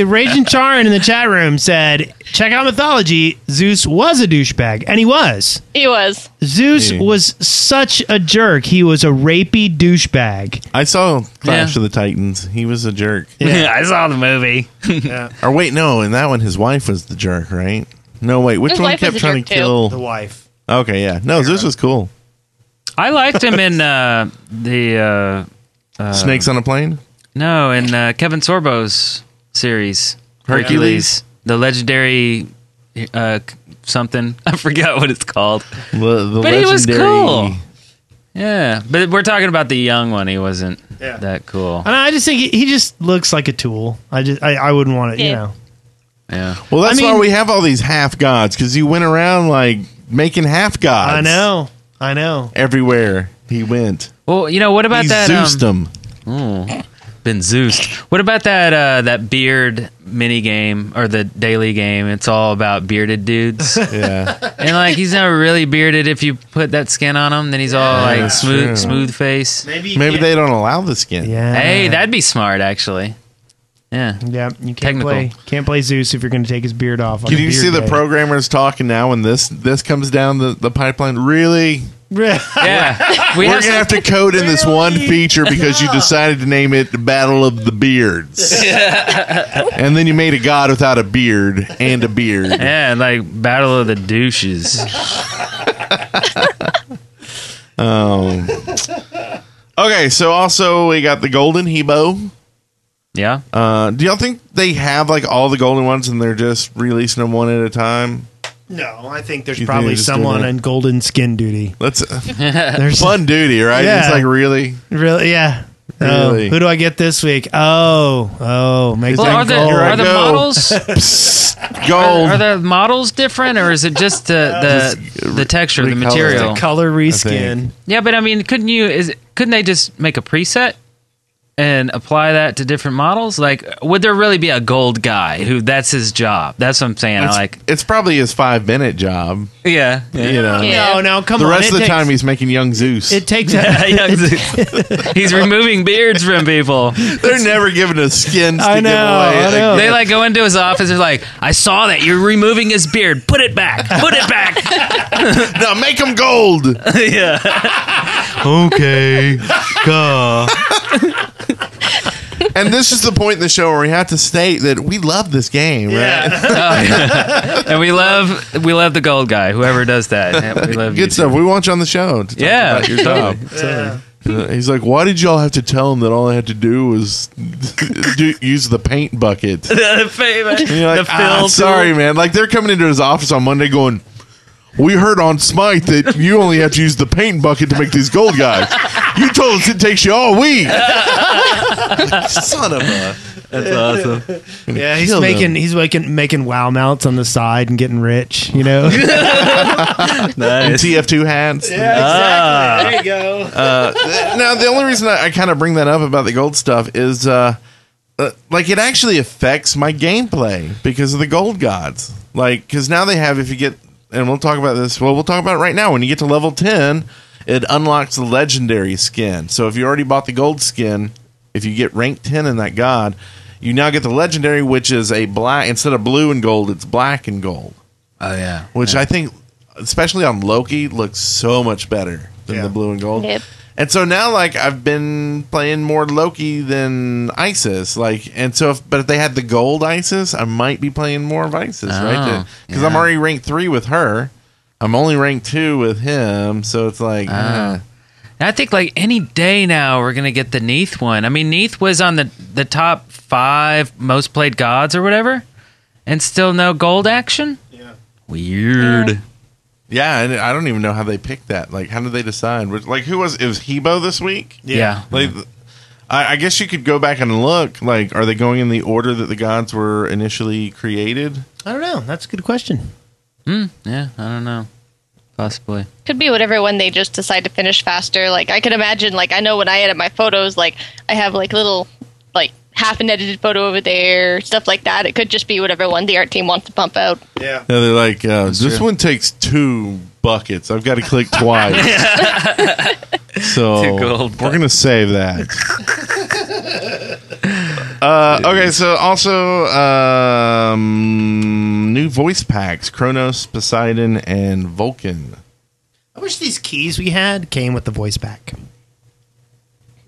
Speaker 3: Raging Charon in the chat room said, "Check out mythology. Zeus was a douchebag, and he was.
Speaker 4: He was.
Speaker 3: Zeus
Speaker 2: Yeah.
Speaker 3: was such a jerk. He was a rapey douchebag.
Speaker 2: I saw Clash
Speaker 1: Yeah.
Speaker 2: of the Titans. He was a jerk.
Speaker 1: I saw the movie.
Speaker 2: Or wait, no, in that one, his wife was the jerk, right? No, wait, which
Speaker 4: His
Speaker 2: one
Speaker 4: wife was
Speaker 2: kept
Speaker 4: a
Speaker 2: trying
Speaker 4: jerk,
Speaker 2: to
Speaker 4: too.
Speaker 2: kill?
Speaker 5: the wife.
Speaker 2: Okay, yeah, no, Zeus was cool.
Speaker 1: I liked him in uh, the uh,
Speaker 4: Um,
Speaker 2: Snakes on a plane.
Speaker 1: no in uh, Kevin Sorbo's series Hercules, the legendary uh, something. I forgot what it's called.
Speaker 2: The, the
Speaker 1: But he was
Speaker 2: legendary-
Speaker 1: cool. Yeah, but we're talking about the young one. He wasn't
Speaker 5: Yeah.
Speaker 1: that cool.
Speaker 3: And I just think he, he just looks like a tool. I just, I, I wouldn't want it. You
Speaker 4: Yeah.
Speaker 3: know,
Speaker 1: Yeah.
Speaker 2: Well, that's
Speaker 3: I mean-
Speaker 2: why we have all these half gods because you went around like making half gods.
Speaker 3: I know, I know.
Speaker 2: everywhere he went.
Speaker 1: Well, you know what about
Speaker 2: he
Speaker 1: that?
Speaker 2: Zeused
Speaker 1: um,
Speaker 2: them.
Speaker 1: been Zeused. What about that? Uh, that beard mini game or the daily game? It's all about bearded dudes, and
Speaker 2: Yeah,
Speaker 1: like he's never really bearded. If you put that skin on him, then he's all like
Speaker 2: that's
Speaker 1: smooth,
Speaker 2: true.
Speaker 1: smooth face.
Speaker 5: Maybe.
Speaker 2: maybe
Speaker 5: yeah.
Speaker 2: they don't allow the skin.
Speaker 3: Yeah.
Speaker 1: Hey, that'd be smart, actually. Yeah.
Speaker 3: Yeah, you can't
Speaker 1: Technical.
Speaker 3: play. Can't play Zeus if you're going to take his beard off. on
Speaker 2: Can
Speaker 3: a
Speaker 2: you
Speaker 3: beard
Speaker 2: see the
Speaker 3: day.
Speaker 2: programmers talking now when this this comes down the, the pipeline? Really,
Speaker 1: Yeah. We
Speaker 2: we're
Speaker 1: have
Speaker 2: gonna
Speaker 1: some-
Speaker 2: have to code in this one feature because you decided to name it the Battle of the Beards, and then you made a god without a beard and a beard.
Speaker 1: yeah, like Battle of the Douches.
Speaker 2: Okay, so also we got the Golden Hebo.
Speaker 1: Yeah.
Speaker 2: Uh, do y'all think they have like all the golden ones and they're just releasing them one at a time?
Speaker 3: No, I think
Speaker 2: You
Speaker 3: there's
Speaker 2: think
Speaker 3: probably
Speaker 2: they just do
Speaker 3: someone
Speaker 2: that?
Speaker 3: on golden skin duty.
Speaker 2: That's
Speaker 3: There's
Speaker 2: fun duty, right?
Speaker 3: Yeah.
Speaker 2: It's like really.
Speaker 3: really, yeah. Oh,
Speaker 2: Really?
Speaker 3: who do I get this week? Oh, oh, make
Speaker 1: Well, are
Speaker 3: that
Speaker 1: the
Speaker 3: gold.
Speaker 2: Here I
Speaker 1: are the
Speaker 2: go.
Speaker 1: models
Speaker 2: Psst,
Speaker 1: are,
Speaker 2: gold.
Speaker 1: are the models different, or is it just the the, the texture, the
Speaker 2: recolor.
Speaker 1: material?
Speaker 3: color reskin?
Speaker 1: Yeah, but I mean, couldn't you? Is couldn't they just make a preset? and apply that to different models? Like, would there really be a gold guy who that's his job? That's what I'm saying.
Speaker 2: It's,
Speaker 1: like,
Speaker 2: it's probably his five minute job.
Speaker 1: yeah,
Speaker 2: You know,
Speaker 4: Yeah.
Speaker 3: No, no, come
Speaker 2: the
Speaker 3: on.
Speaker 2: rest
Speaker 3: it
Speaker 2: of the
Speaker 3: takes-
Speaker 2: time he's making young Zeus.
Speaker 3: it takes.
Speaker 1: Yeah, yeah, exactly. He's removing beards from people.
Speaker 2: They're never giving us skins. To
Speaker 3: I know,
Speaker 2: Give away.
Speaker 3: I know.
Speaker 1: They like go into his office. They're like, "I saw that you're removing his beard. Put it back. Put it back."
Speaker 2: now make them gold.
Speaker 1: yeah,
Speaker 2: okay. and this is the point in the show where we have to state that we love this game, right?
Speaker 1: and we love we love the gold guy. Whoever does that, Yeah, we love you.
Speaker 2: Good stuff. We want you on the show to talk
Speaker 1: Yeah.
Speaker 2: about your job.
Speaker 5: Yeah.
Speaker 2: Uh, He's like, why did y'all have to tell him that all I had to do was do, use the paint bucket? And
Speaker 1: the favorite,
Speaker 2: you're like,
Speaker 1: the
Speaker 2: "Ah,
Speaker 1: fill.
Speaker 2: sorry, man. Like they're coming into his office on Monday going, we heard on Smite that you only have to use the paint bucket to make these gold guys. You told us it takes you all week. Son of a.
Speaker 1: That's awesome.
Speaker 3: Yeah, he's
Speaker 2: Kill them.
Speaker 3: making he's making making wow mounts on the side and getting rich. You know,
Speaker 1: Nice.
Speaker 2: TF2 hats.
Speaker 3: Ah.
Speaker 5: Yeah, exactly. There you go.
Speaker 2: now the only reason I, I kind of bring that up about the gold stuff is uh, uh like it actually affects my gameplay because of the gold gods like because now they have if you get and we'll talk about this well we'll talk about it right now when you get to level 10 it unlocks the legendary skin so if you already bought the gold skin if you get rank 10 in that god you now get the legendary which is a black instead of blue and gold it's black and gold
Speaker 1: Oh yeah.
Speaker 2: which I think, especially on Loki, looks so much better than
Speaker 5: Yeah.
Speaker 2: the blue and gold.
Speaker 4: Yep.
Speaker 2: And so now, like, I've been playing more Loki than Isis. Like, and so, if, but if they had the gold Isis, I might be playing more of Isis, right? Because I'm
Speaker 1: Oh, yeah.
Speaker 2: already ranked three with her. I'm only ranked two with him. So it's like,
Speaker 1: Ah.
Speaker 2: eh.
Speaker 1: I think like any day now we're gonna get the Neath one. I mean, Neath was on the the top five most played gods or whatever, and still no gold action.
Speaker 5: Yeah.
Speaker 1: Weird.
Speaker 4: Yeah.
Speaker 2: yeah, and I don't even know how they picked that. Like, how did they decide? Which- Like, who was, it was Hebo this week?
Speaker 1: Yeah.
Speaker 2: Like, I, I guess you could go back and look. Like, are they going in the order that the gods were initially created?
Speaker 3: I don't know. That's a good question.
Speaker 1: Hmm. yeah. I don't know. Possibly.
Speaker 4: Could be whatever when they just decide to finish faster. Like I could imagine, like I know when I edit my photos, like I have like little, like half an edited photo over there, stuff like that. It could just be whatever one the art team wants to pump out.
Speaker 5: Yeah.
Speaker 2: No, they're like, uh, this
Speaker 1: true.
Speaker 2: one takes two buckets. I've got to click twice. so
Speaker 1: Two gold
Speaker 2: we're gonna save that. uh, okay, so also um, new voice packs: Kronos, Poseidon, and Vulcan.
Speaker 3: I wish these keys we had came with the voice back.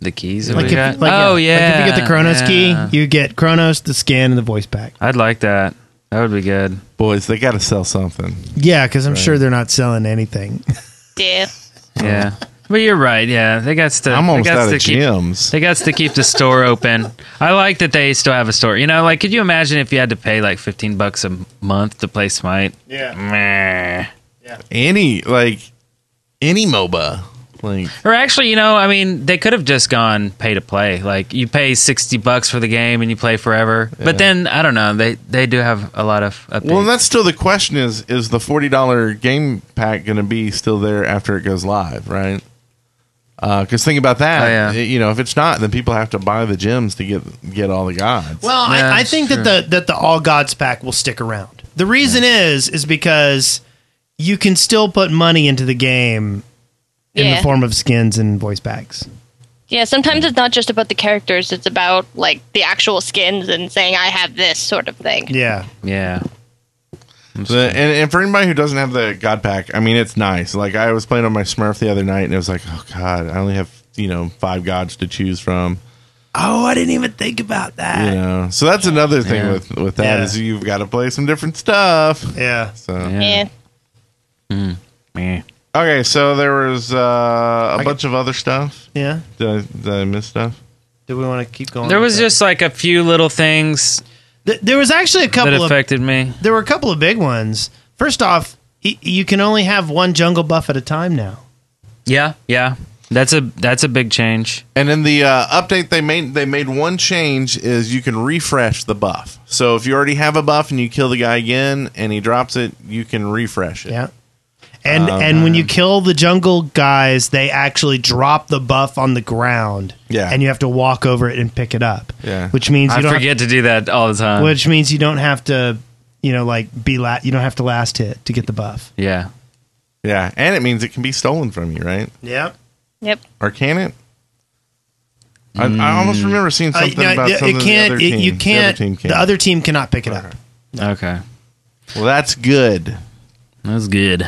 Speaker 1: The keys. That
Speaker 3: Like
Speaker 1: we
Speaker 3: if,
Speaker 1: got?
Speaker 3: like,
Speaker 1: oh yeah.
Speaker 3: like if you get the Chronos
Speaker 1: yeah.
Speaker 3: key, you get Chronos, the skin, and the voice back.
Speaker 1: I'd like that. That would be good.
Speaker 2: Boys, they got to sell something.
Speaker 3: Yeah, because I'm sure they're not selling anything.
Speaker 4: Yeah.
Speaker 1: Yeah. But you're right. Yeah, they got to.
Speaker 2: Hmm. I'm almost
Speaker 1: they gots
Speaker 2: out
Speaker 1: to
Speaker 2: of
Speaker 1: keep-
Speaker 2: gems.
Speaker 1: They got to keep the store open. I like that they still have a store. You know, like could you imagine if you had to pay like fifteen bucks a month to play Smite?
Speaker 5: Yeah.
Speaker 1: Meh.
Speaker 2: any like any MOBA. Like
Speaker 1: Or actually, you know, I mean, they could have just gone pay to play. Like you pay sixty bucks for the game and you play forever. But then I don't know. They they do have a lot of updates.
Speaker 2: Well, and that's still the question: is is the forty dollar game pack going to be still there after it goes live? Right? Because think about that.
Speaker 1: Oh, yeah.
Speaker 2: It- you know, if it's not, then people have to buy the gems to get get all the gods.
Speaker 3: Well,
Speaker 1: Yeah,
Speaker 3: I, I
Speaker 1: that's
Speaker 3: think that the that the all gods pack will stick around. The reason is is because you can still put money into the game in
Speaker 4: Yeah.
Speaker 3: the form of skins and voice packs.
Speaker 4: Yeah, sometimes it's not just about the characters, it's about like the actual skins and saying I have this sort of thing.
Speaker 3: Yeah,
Speaker 1: yeah.
Speaker 2: The- and, and for anybody who doesn't have the god pack, I mean, it's nice. Like I was playing on my Smurf the other night, and it was like, oh god, I only have you know five gods to choose from.
Speaker 3: Oh, I didn't even think about
Speaker 2: You
Speaker 3: that.
Speaker 2: know, so that's another thing
Speaker 1: Yeah.
Speaker 2: with with that
Speaker 3: Yeah.
Speaker 2: is you've got to play some different stuff.
Speaker 3: Yeah.
Speaker 2: So.
Speaker 4: Yeah.
Speaker 1: Meh.
Speaker 2: Okay, so there was uh, a bunch of other stuff.
Speaker 3: Yeah.
Speaker 2: Did I, did I miss stuff?
Speaker 3: Do we want to keep going?
Speaker 1: There
Speaker 3: with
Speaker 1: was
Speaker 3: that?
Speaker 1: just like a few little things
Speaker 3: Th- there was actually a
Speaker 1: that
Speaker 3: couple of
Speaker 1: affected me.
Speaker 3: there were a couple of big ones. First off, y- you can only have one jungle buff at a time now.
Speaker 1: Yeah, yeah. That's a that's a big change.
Speaker 2: And in the uh, update, they made they made one change is you can refresh the buff. So if you already have a buff and you kill the guy again and he drops it, you can refresh it.
Speaker 3: Yeah. Oh, And and when you kill the jungle guys, they actually drop the buff on the ground.
Speaker 2: Yeah.
Speaker 3: And you have to walk over it and pick it up.
Speaker 2: Yeah.
Speaker 3: Which means you
Speaker 1: I
Speaker 3: don't have-
Speaker 1: forget to do that all the time.
Speaker 3: which means you don't have to you know like be la- you don't have to last hit to get the buff.
Speaker 1: yeah.
Speaker 2: Yeah, and it means it can be stolen from you, right?
Speaker 3: Yep.
Speaker 4: Yep.
Speaker 2: Or can it? I, I almost remember seeing
Speaker 3: Uh,
Speaker 2: something
Speaker 3: no,
Speaker 2: about
Speaker 3: it-
Speaker 2: something
Speaker 3: it
Speaker 2: the
Speaker 3: can't
Speaker 2: other
Speaker 3: it-
Speaker 2: team.
Speaker 3: you can't
Speaker 2: The other team can.
Speaker 3: cannot pick it up.
Speaker 1: Okay.
Speaker 2: well, that's good.
Speaker 1: That's good.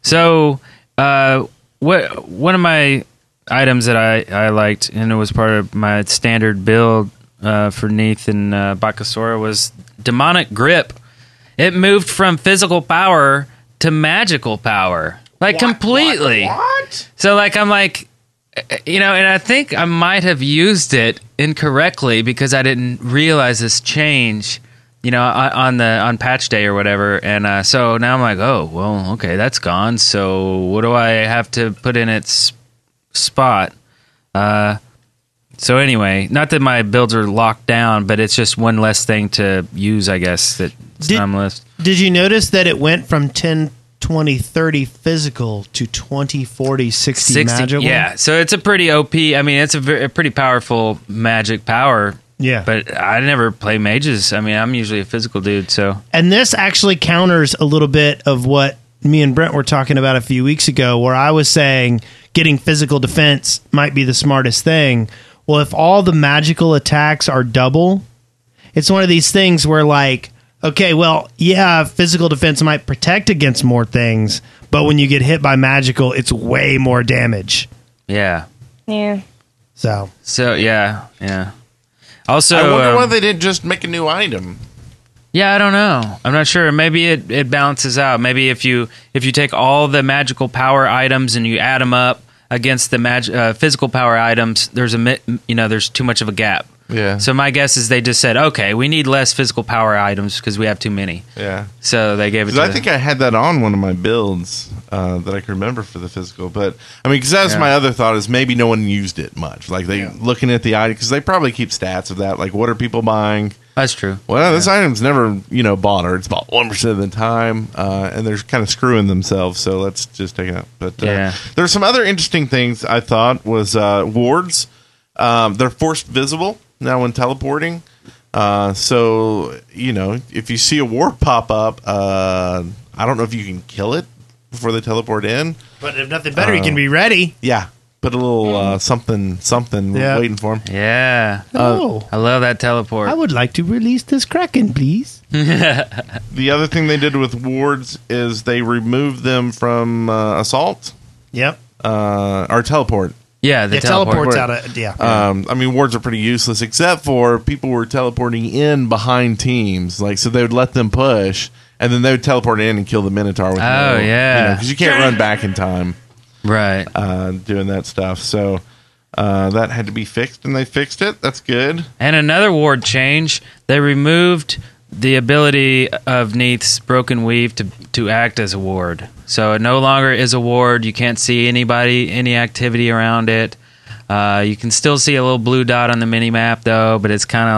Speaker 1: So, uh, what one of my items that I, I liked and it was part of my standard build uh, for Neath and uh, Bakasora was demonic grip. It moved from physical power to magical power, like completely.
Speaker 3: What?
Speaker 1: So like I'm like eh, you know, and I think I might have used it incorrectly because I didn't realize this change, you know, on on the on patch day or whatever. And uh, so now I'm like, oh well, okay, that's gone. So what do I have to put in its spot? Uh, so anyway, not that my builds are locked down, but it's just one less thing to use, I guess. That
Speaker 3: Did-
Speaker 1: timeless.
Speaker 3: Did you notice that it went from 10 20 30 physical to 20 40 60, magical?
Speaker 1: Yeah, so it's a pretty OP. I mean, it's a, ver- a pretty powerful magic power.
Speaker 3: Yeah.
Speaker 1: But I never play mages. I mean, I'm usually a physical dude, so
Speaker 3: And this actually counters a little bit of what me and Brent were talking about a few weeks ago, where I was saying getting physical defense might be the smartest thing. Well, if all the magical attacks are double, it's one of these things where, like, okay, well, yeah, physical defense might protect against more things, but when you get hit by magical, it's way more damage.
Speaker 1: yeah.
Speaker 4: Yeah.
Speaker 3: So,
Speaker 1: So yeah, yeah. Also,
Speaker 2: I wonder why
Speaker 1: um,
Speaker 2: they didn't just make a new item.
Speaker 1: yeah, I don't know. I'm not sure. Maybe it, it balances out. Maybe if you if you take all the magical power items and you add them up against the mag- uh, physical power items, there's a mi- you know there's too much of a gap.
Speaker 2: Yeah.
Speaker 1: So my guess is they just said, okay, we need less physical power items because we have too many.
Speaker 2: Yeah.
Speaker 1: So they gave it.
Speaker 2: 'Cause
Speaker 1: to
Speaker 2: I think I had that on one of my builds uh, that I can remember for the physical, but I mean, because that's
Speaker 1: Yeah.
Speaker 2: my other thought is maybe no one used it much. Like they looking at the item because they probably keep stats of that. Like, what are people buying?
Speaker 1: That's true.
Speaker 2: Well, this item's never, you know, bought or it's bought one percent of the time, uh, and they're kind of screwing themselves. So let's just take it out. But uh,
Speaker 1: Yeah.
Speaker 2: there's some other interesting things I thought was uh, wards. Um, they're forced visible now when teleporting. Uh, so you know, if you see a ward pop up, uh, I don't know if you can kill it before they teleport in.
Speaker 3: but if nothing better, you can be ready.
Speaker 2: Yeah, put a little uh, something, something
Speaker 3: Yeah.
Speaker 2: waiting for them.
Speaker 1: Yeah.
Speaker 3: oh,
Speaker 1: I love that teleport.
Speaker 3: I would like to release this Kraken, please.
Speaker 2: The other thing they did with wards is they removed them from uh, assault.
Speaker 3: Yep.
Speaker 2: uh, or teleport.
Speaker 1: yeah, the
Speaker 3: It
Speaker 1: teleport.
Speaker 3: teleports out of, yeah.
Speaker 2: Um, I mean, wards are pretty useless, except for people were teleporting in behind teams. Like, so they would let them push, and then they would teleport in and kill the Minotaur. With
Speaker 1: Oh, yeah.
Speaker 2: because you can't run back in time
Speaker 1: Right.
Speaker 2: uh, doing that stuff. So uh, that had to be fixed, and they fixed it. That's good.
Speaker 1: And another ward change. They removed the ability of Neath's broken weave to to act as a ward. So it no longer is a ward. You can't see anybody, any activity around it. Uh, you can still see a little blue dot on the mini map though, but it's kind of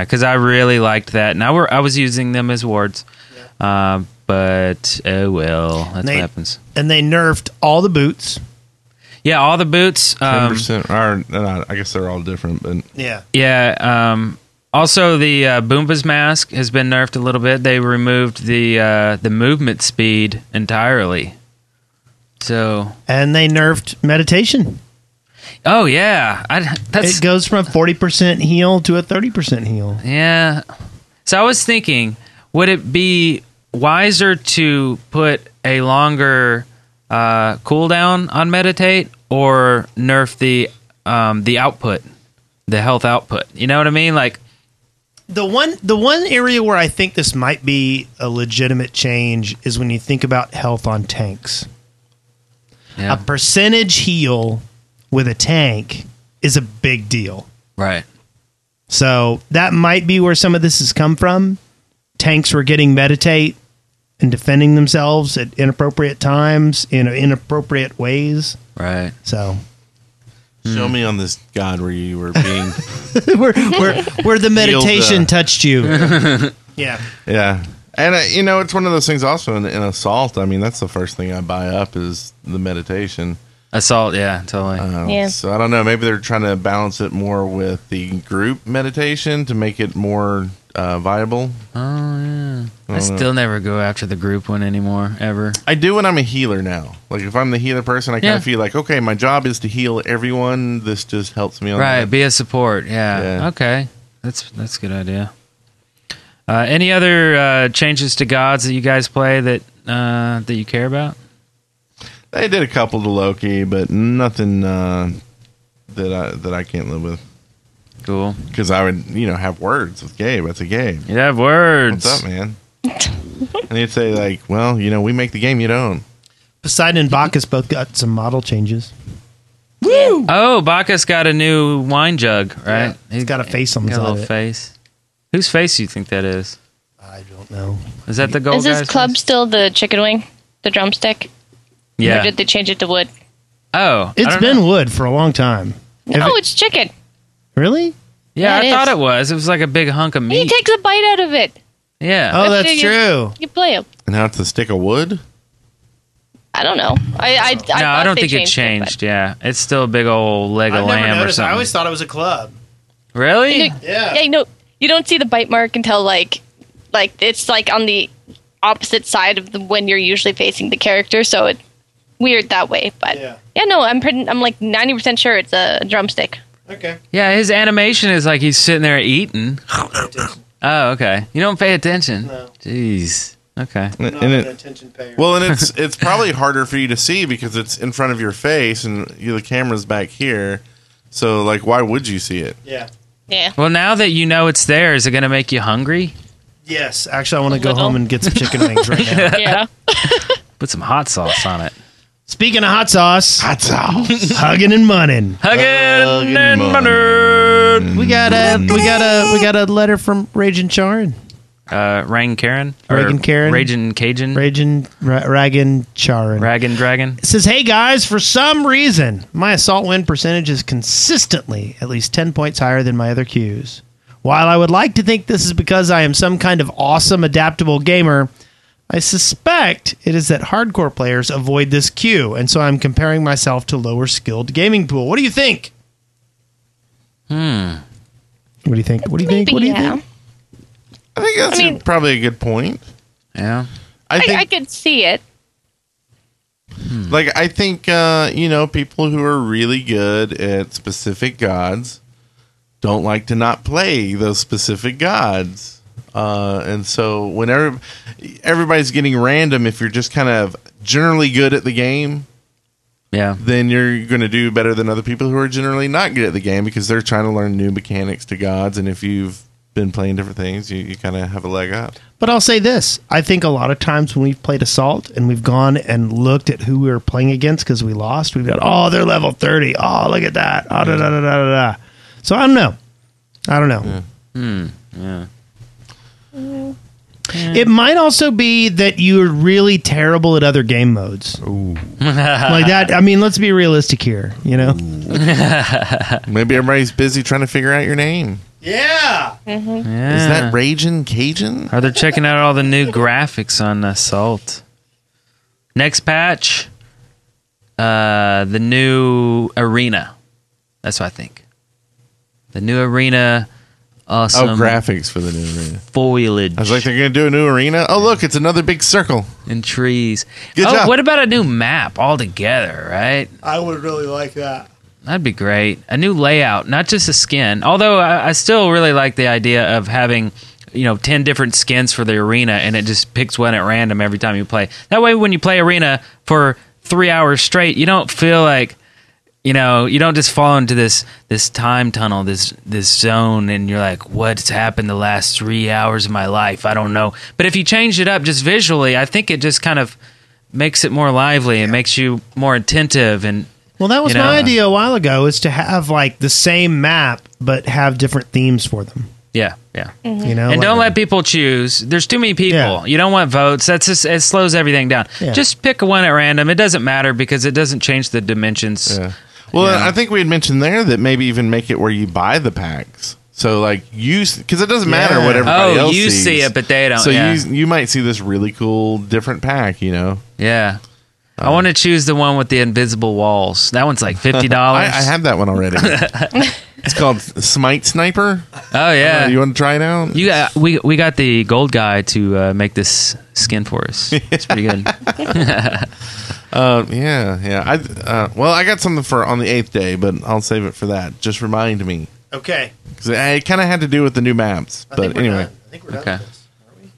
Speaker 1: like because I really liked that. Now we're I was using them as wards, uh, but oh well, that's
Speaker 3: They-
Speaker 1: what happens.
Speaker 3: and they nerfed all the boots.
Speaker 1: Yeah, all the boots. Um,
Speaker 2: 10%, or, uh, I guess they're all different, but
Speaker 3: Yeah.
Speaker 1: Yeah. Um, also, the uh, Boomba's mask has been nerfed a little bit. They removed the uh, the movement speed entirely. So,
Speaker 3: And they nerfed meditation.
Speaker 1: oh yeah, I, that's
Speaker 3: It goes from a 40% heal to a 30% heal.
Speaker 1: yeah. So I was thinking, would it be wiser to put a longer uh, cooldown on meditate or nerf the um, the output, the health output? You know what I mean? Like,
Speaker 3: The one the one area where I think this might be a legitimate change is when you think about health on tanks.
Speaker 1: yeah,
Speaker 3: A percentage heal with a tank is a big deal.
Speaker 1: right.
Speaker 3: So that might be where some of this has come from. Tanks were getting meditate and defending themselves at inappropriate times in inappropriate ways.
Speaker 1: Right.
Speaker 3: So
Speaker 1: Hmm.
Speaker 2: show me on this god where you were being.
Speaker 3: where where where the meditation
Speaker 2: Healed, uh,
Speaker 3: touched you. yeah.
Speaker 2: yeah. And uh, you know, it's one of those things. Also, in, in assault, I mean, that's the first thing I buy up is the meditation.
Speaker 1: Assault, yeah, totally.
Speaker 2: Um,
Speaker 4: Yeah.
Speaker 2: So I don't know. Maybe they're trying to balance it more with the group meditation to make it more uh, viable.
Speaker 1: oh yeah. I
Speaker 2: don't
Speaker 1: still never go after the group one anymore, ever.
Speaker 2: I do when I'm a healer now. Like if I'm the healer person, I kind
Speaker 1: Yeah.
Speaker 2: of feel like okay, my job is to heal everyone. This just helps me on
Speaker 1: Right,
Speaker 2: that.
Speaker 1: be a support. Yeah.
Speaker 2: Yeah.
Speaker 1: Okay, that's that's a good idea. Uh, any other uh, changes to gods that you guys play that uh, that you care about?
Speaker 2: They did a couple to Loki, but nothing uh, that I that I can't live with
Speaker 1: Cool.
Speaker 2: because I would you know have words with Gabe. That's a Gabe.
Speaker 1: You have words.
Speaker 2: What's up, man? and he'd say like, well, you know, we make the game you don't.
Speaker 3: Poseidon and Bacchus both got some model changes.
Speaker 1: Oh, Bacchus got a new wine jug, right?
Speaker 3: Yeah. It's got a face on the
Speaker 1: got a
Speaker 3: side
Speaker 1: little
Speaker 3: of it.
Speaker 1: face. Whose face do you think that is?
Speaker 3: I don't know.
Speaker 1: Is that the gold
Speaker 4: Is this
Speaker 1: guy's
Speaker 4: club
Speaker 1: face?
Speaker 4: still the chicken wing, the drumstick? Or
Speaker 1: Yeah.
Speaker 4: did they change it to wood?
Speaker 1: Oh, I
Speaker 3: It's
Speaker 1: don't
Speaker 3: been
Speaker 1: know.
Speaker 3: wood for a long time.
Speaker 4: No,
Speaker 3: Every-
Speaker 4: it's chicken.
Speaker 3: Really?
Speaker 1: Yeah,
Speaker 4: Yeah,
Speaker 1: I
Speaker 4: it
Speaker 1: thought
Speaker 4: is.
Speaker 1: it was. It was like a big hunk of
Speaker 4: He
Speaker 1: meat.
Speaker 4: takes a bite out of it.
Speaker 1: yeah.
Speaker 3: Oh,
Speaker 4: I
Speaker 3: that's
Speaker 4: think
Speaker 3: true.
Speaker 4: You play him.
Speaker 2: And now it's a stick of wood.
Speaker 4: I don't know. I I, I
Speaker 1: no,
Speaker 4: thought
Speaker 1: I don't
Speaker 4: they
Speaker 1: think it
Speaker 4: changed.
Speaker 1: changed. yeah, it's still a big old leg of lamb or something.
Speaker 3: thought it was a club.
Speaker 1: really?
Speaker 4: it, but- yeah, you know, you don't see the bite mark until like, like it's like on the opposite side of the when you're usually facing the character, so it's weird that way. But
Speaker 3: Yeah.
Speaker 4: yeah, no, I'm pretty. I'm like ninety percent sure it's a drumstick.
Speaker 3: Okay.
Speaker 1: Yeah, his animation is like he's sitting there eating. Oh, okay. You don't pay attention.
Speaker 3: No.
Speaker 1: Jeez. Okay.
Speaker 2: and it,
Speaker 3: attention payer.
Speaker 2: well, and it's it's probably harder for you to see because it's in front of your face and you, the camera's back here. So like, why would you see it?
Speaker 3: yeah.
Speaker 4: Yeah,
Speaker 1: Well, now that you know it's there, is it going to make you hungry?
Speaker 3: Yes. Actually, I want to
Speaker 4: A
Speaker 3: go
Speaker 4: little.
Speaker 3: home and get some chicken wings right now.
Speaker 4: yeah.
Speaker 1: Put some hot sauce on it.
Speaker 3: Speaking of hot sauce,
Speaker 2: Hot sauce.
Speaker 3: hugging and munning.
Speaker 1: Hugging and
Speaker 2: mug.
Speaker 1: muttered.
Speaker 3: We got a we got a we got a letter from Raging Charin.
Speaker 1: Uh, Rang Karen. Or
Speaker 3: Ragin' Karen.
Speaker 1: Ragin' Cajun.
Speaker 3: Raging Ra- Ragin Charin.
Speaker 1: Ragin' Dragon.
Speaker 3: It says, "Hey guys, for some reason, my assault win percentage is consistently at least 10 points higher than my other cues. While I would like to think this is because I am some kind of awesome adaptable gamer, I suspect it is that hardcore players avoid this cue, and so I'm comparing myself to lower skilled gaming pool. What do you think? Hmm. What do you think? What do you think? What do you
Speaker 4: yeah.
Speaker 3: think?
Speaker 2: I think that's
Speaker 4: I mean-
Speaker 2: probably a good point.
Speaker 1: Yeah.
Speaker 2: I
Speaker 4: I,
Speaker 2: think
Speaker 4: I could see it.
Speaker 2: like I think uh, you know people who are really good at specific gods don't like to not play those specific gods. Uh, and so whenever everybody's getting random, if you're just kind of generally good at the game,
Speaker 1: Yeah.
Speaker 2: then you're going to do better than other people who are generally not good at the game because they're trying to learn new mechanics to gods. And if you've been playing different things, you, you kind of have a leg up.
Speaker 3: But I'll say this: I think a lot of times when we've played Assault and we've gone and looked at who we were playing against because we lost, we've got oh they're level thirty, oh look at that, oh da da da da da. da. So I don't know, I don't know.
Speaker 1: Hmm.
Speaker 3: It might also be that you're really terrible at other game modes. like that. I mean, let's be realistic here. You know.
Speaker 2: Maybe everybody's busy trying to figure out your name.
Speaker 3: Yeah.
Speaker 1: yeah.
Speaker 2: Is that Raging Cajun?
Speaker 1: Are they checking out all the new graphics on Assault? Next patch, uh, the new arena. That's what I think. The new arena, awesome
Speaker 2: oh, graphics for the new arena.
Speaker 1: foliage
Speaker 2: I was like, they're going to do a new arena. Oh, look, it's another big circle.
Speaker 1: and trees.
Speaker 2: Good
Speaker 1: oh,
Speaker 2: job.
Speaker 1: what about a new map altogether? Right,
Speaker 3: I would really like that.
Speaker 1: that'd be great. A new layout, not just a skin. Although I, I still really like the idea of having. You know, ten different skins for the arena, and it just picks one at random every time you play. That way, when you play arena for three hours straight, you don't feel like you know you don't just fall into this this time tunnel this this zone and you're like what's happened the last three hours of my life i don't know but if you change it up just visually i think it just kind of makes it more lively and makes you more attentive and
Speaker 3: Well, that was
Speaker 1: You know?
Speaker 3: my idea a while ago is to have like the same map but have different themes for them.
Speaker 1: yeah yeah
Speaker 3: You know,
Speaker 1: and
Speaker 3: like-
Speaker 1: don't let people choose there's too many people
Speaker 3: Yeah.
Speaker 1: you don't want votes that's just it slows everything down
Speaker 3: Yeah.
Speaker 1: just pick one at random it doesn't matter because it doesn't change the dimensions
Speaker 2: Well, I think we had mentioned there that maybe even make it where you buy the packs. So like you, because it doesn't matter
Speaker 3: Yeah.
Speaker 2: what everybody
Speaker 1: Oh,
Speaker 2: else
Speaker 1: you
Speaker 2: sees.
Speaker 1: see it, but they don't,
Speaker 2: So
Speaker 1: yeah.
Speaker 2: you you might see this really cool different pack. You know,
Speaker 1: Yeah.
Speaker 3: Uh,
Speaker 1: I want to choose the one with the invisible walls. That one's like fifty
Speaker 2: I,
Speaker 1: dollars.
Speaker 2: I had that one already. it's called Smite Sniper.
Speaker 1: Oh yeah.
Speaker 2: you want to try it out?
Speaker 1: You got we we got the gold guy to uh, make this skin for us. It's pretty good.
Speaker 2: Uh, yeah, yeah. I uh, well, I got something for on the eighth day, but I'll save it for that. Just remind me
Speaker 3: Okay.
Speaker 2: because it kind of had to do with the new maps.
Speaker 3: I think
Speaker 2: but
Speaker 3: we're
Speaker 2: anyway,
Speaker 3: done. I think we're done
Speaker 1: Okay.
Speaker 3: with this, aren't we? Do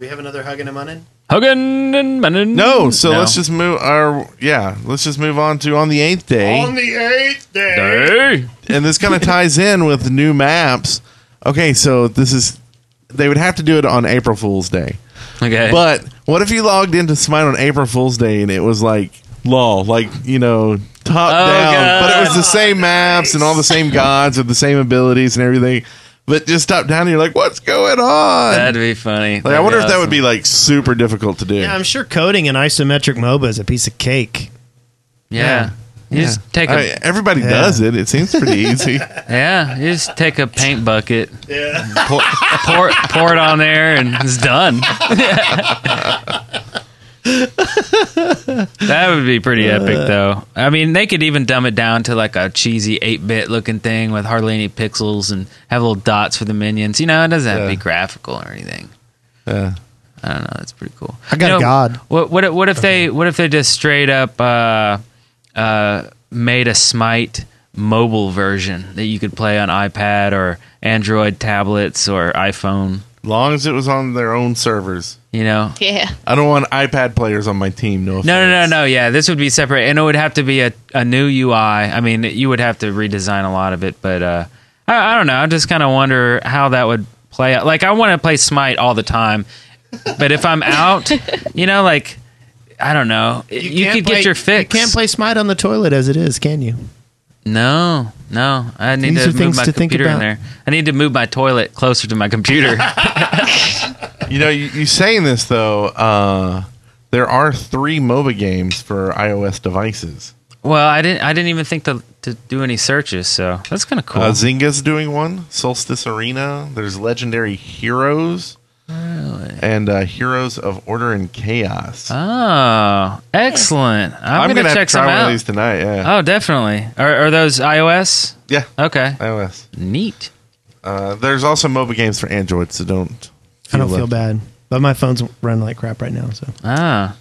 Speaker 3: we have another hug and a munnin?
Speaker 1: Hogan and Menon.
Speaker 2: no. So let's just move. Our yeah, let's just move on to on the eighth day.
Speaker 3: the eighth day.
Speaker 1: Hey.
Speaker 2: and this kind of ties in with new maps. Okay, so this is they would have to do it on April Fool's Day.
Speaker 1: Okay.
Speaker 2: But what if you logged into Smite on April Fool's Day and it was like lol, like you know top
Speaker 1: Oh,
Speaker 2: down,
Speaker 1: God.
Speaker 2: but it was the same maps and all the same gods with the same abilities and everything. But just top down, and you're like, what's going on?
Speaker 1: that'd be funny.
Speaker 2: like, I wonder if that would be like super difficult to do.
Speaker 3: Yeah, I'm sure coding an isometric MOBA is a piece of cake.
Speaker 1: Yeah. You just take a
Speaker 2: I mean, everybody does it. It seems pretty easy.
Speaker 1: yeah. You just take a paint bucket,
Speaker 3: Yeah.
Speaker 1: pour, pour it- pour it on there, and it's done. that would be pretty epic, though. I mean, they could even dumb it down to like a cheesy eight bit looking thing with hardly any pixels and have little dots for the minions. You know, it doesn't have to be
Speaker 2: Yeah.
Speaker 1: graphical or anything. I don't know. That's pretty cool.
Speaker 3: I got
Speaker 1: You know,
Speaker 3: God.
Speaker 1: What what if- what if they what if they just straight up uh, uh, made a Smite mobile version that you could play on iPad or Android tablets or iPhone?
Speaker 2: long as it was on their own servers.
Speaker 1: You know.
Speaker 4: Yeah.
Speaker 2: I don't want iPad players on my team. No,
Speaker 1: No, no, no,
Speaker 2: offense.
Speaker 1: no. Yeah, this would be separate, and it would have to be a, a new UI. I mean, you would have to redesign a lot of it, but uh, I, I don't know. I just kind of wonder how that would play out. Like, I want to play Smite all the time, but if I'm out, you know, like I don't know, you, could get your fix.
Speaker 3: You can't play Smite on the toilet as it is, can you?
Speaker 1: No, no. I need to
Speaker 3: These are
Speaker 1: move
Speaker 3: things
Speaker 1: my
Speaker 3: to think
Speaker 1: computer in
Speaker 3: about.
Speaker 1: there. I need to move my toilet closer to my computer.
Speaker 2: You know, you, you saying this though. Uh, there are three MOBA games for iOS devices.
Speaker 1: well, I didn't. I didn't even think to to do any searches, so that's kind of cool.
Speaker 2: Uh, Zynga's doing one. Solstice Arena. There's Legendary Heroes. And uh, Heroes of Order and Chaos.
Speaker 1: oh, excellent! Uh, I'm, gonna,
Speaker 2: have
Speaker 1: check
Speaker 2: to
Speaker 1: some
Speaker 2: try one
Speaker 1: out.
Speaker 2: of these tonight. Yeah.
Speaker 1: Oh, definitely. Are, are those iOS?
Speaker 2: yeah.
Speaker 1: Okay,
Speaker 2: iOS.
Speaker 1: neat.
Speaker 2: Uh, there's also MOBA games for Android, so don't.
Speaker 3: I don't feel
Speaker 2: left-
Speaker 3: bad. But my phone's running like crap right now, so.
Speaker 1: Ah.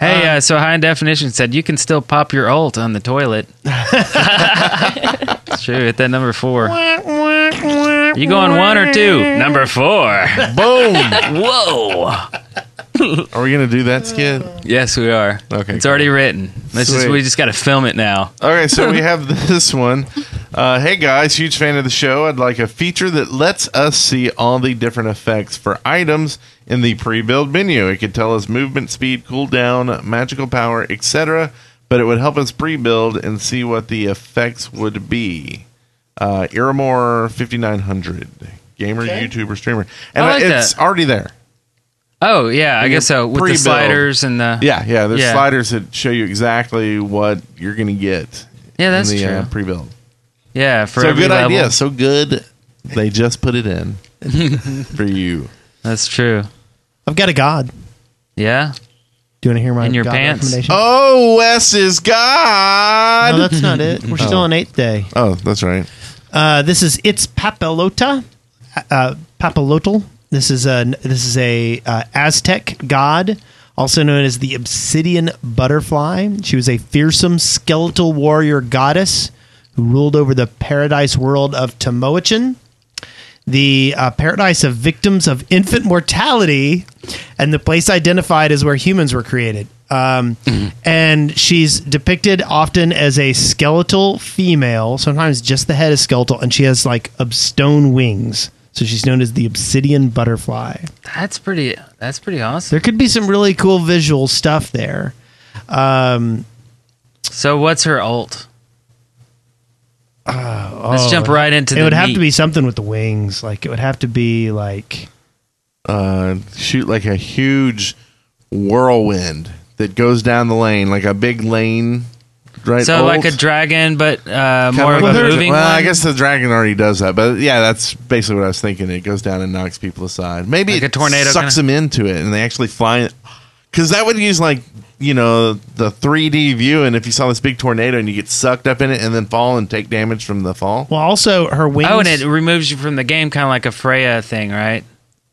Speaker 1: Hey,
Speaker 2: Um,
Speaker 1: uh, so high definition said you can still pop your alt on the toilet. It's True, hit that number four. You going one or two? Number four.
Speaker 2: Boom!
Speaker 1: Whoa.
Speaker 2: Are we gonna do that skit?
Speaker 1: Yes, we are.
Speaker 2: Okay,
Speaker 1: it's
Speaker 2: cool.
Speaker 1: already written. Let's just,
Speaker 2: Sweet.
Speaker 1: we just got to film it now.
Speaker 2: Okay, so we have this one. Uh, hey guys, huge fan of the show. I'd like a feature that lets us see all the different effects for items in the pre-build menu. It could tell us movement speed, cooldown, magical power, etc. But it would help us pre-build and see what the effects would be. Uh, Iramore fifty nine hundred gamer, YouTuber, streamer, and
Speaker 1: I like
Speaker 2: it's
Speaker 1: that.
Speaker 2: already there.
Speaker 1: Oh yeah, I guess so. With the
Speaker 2: pre-build.
Speaker 1: sliders and the
Speaker 2: Yeah, yeah. There's
Speaker 1: Yeah.
Speaker 2: sliders that show you exactly what you're going to get.
Speaker 1: Yeah, that's
Speaker 2: in the, uh,
Speaker 1: true.
Speaker 2: pre-build.
Speaker 1: yeah for
Speaker 2: so
Speaker 1: every
Speaker 2: good
Speaker 1: level.
Speaker 2: idea. So good. They just put it in for you.
Speaker 1: That's true.
Speaker 3: I've got a God.
Speaker 1: Yeah.
Speaker 3: Do you want to hear my
Speaker 1: In your
Speaker 3: God
Speaker 1: pants?
Speaker 3: recommendation?
Speaker 2: Oh, Wes is God.
Speaker 3: No, that's not it. We're still on eighth day.
Speaker 2: oh, that's right.
Speaker 3: Uh, this is it's papelota, uh, papalotl. This is a this is a uh, Aztec god, also known as the obsidian butterfly. She was a fearsome skeletal warrior goddess who ruled over the paradise world of Tamoachin, the uh, paradise of victims of infant mortality, and the place identified as where humans were created. Um,
Speaker 1: Mm-hmm.
Speaker 3: and she's depicted often as a skeletal female. Sometimes just the head is skeletal, and she has like ob- stone wings. So she's known as the obsidian butterfly.
Speaker 1: That's pretty. That's pretty awesome.
Speaker 3: There could be some really cool visual stuff there.
Speaker 1: So what's her alt?
Speaker 2: Uh,
Speaker 1: Let's jump
Speaker 2: oh.
Speaker 1: right into.
Speaker 3: It
Speaker 1: the
Speaker 3: would have to
Speaker 1: meat.
Speaker 3: be something with the wings. Like it would have to be like
Speaker 2: Uh, shoot like a huge whirlwind that goes down the lane, like a big lane right?
Speaker 1: So
Speaker 2: Old?
Speaker 1: like a dragon, but uh, more of
Speaker 2: Well,
Speaker 1: a
Speaker 2: there's-
Speaker 1: moving
Speaker 2: well,
Speaker 1: one.
Speaker 2: I guess the dragon already does that, but yeah, that's basically what I was thinking. It goes down and knocks people aside. Maybe
Speaker 1: Like
Speaker 2: it
Speaker 1: a tornado
Speaker 2: sucks them into it, and they actually fly. Because that would use like you know the 3D view, and if you saw this big tornado and you get sucked up in it and then fall and take damage from the fall,
Speaker 3: Well, also her wings.
Speaker 1: Oh, and it removes you from the game, kind of like a Freya thing, right?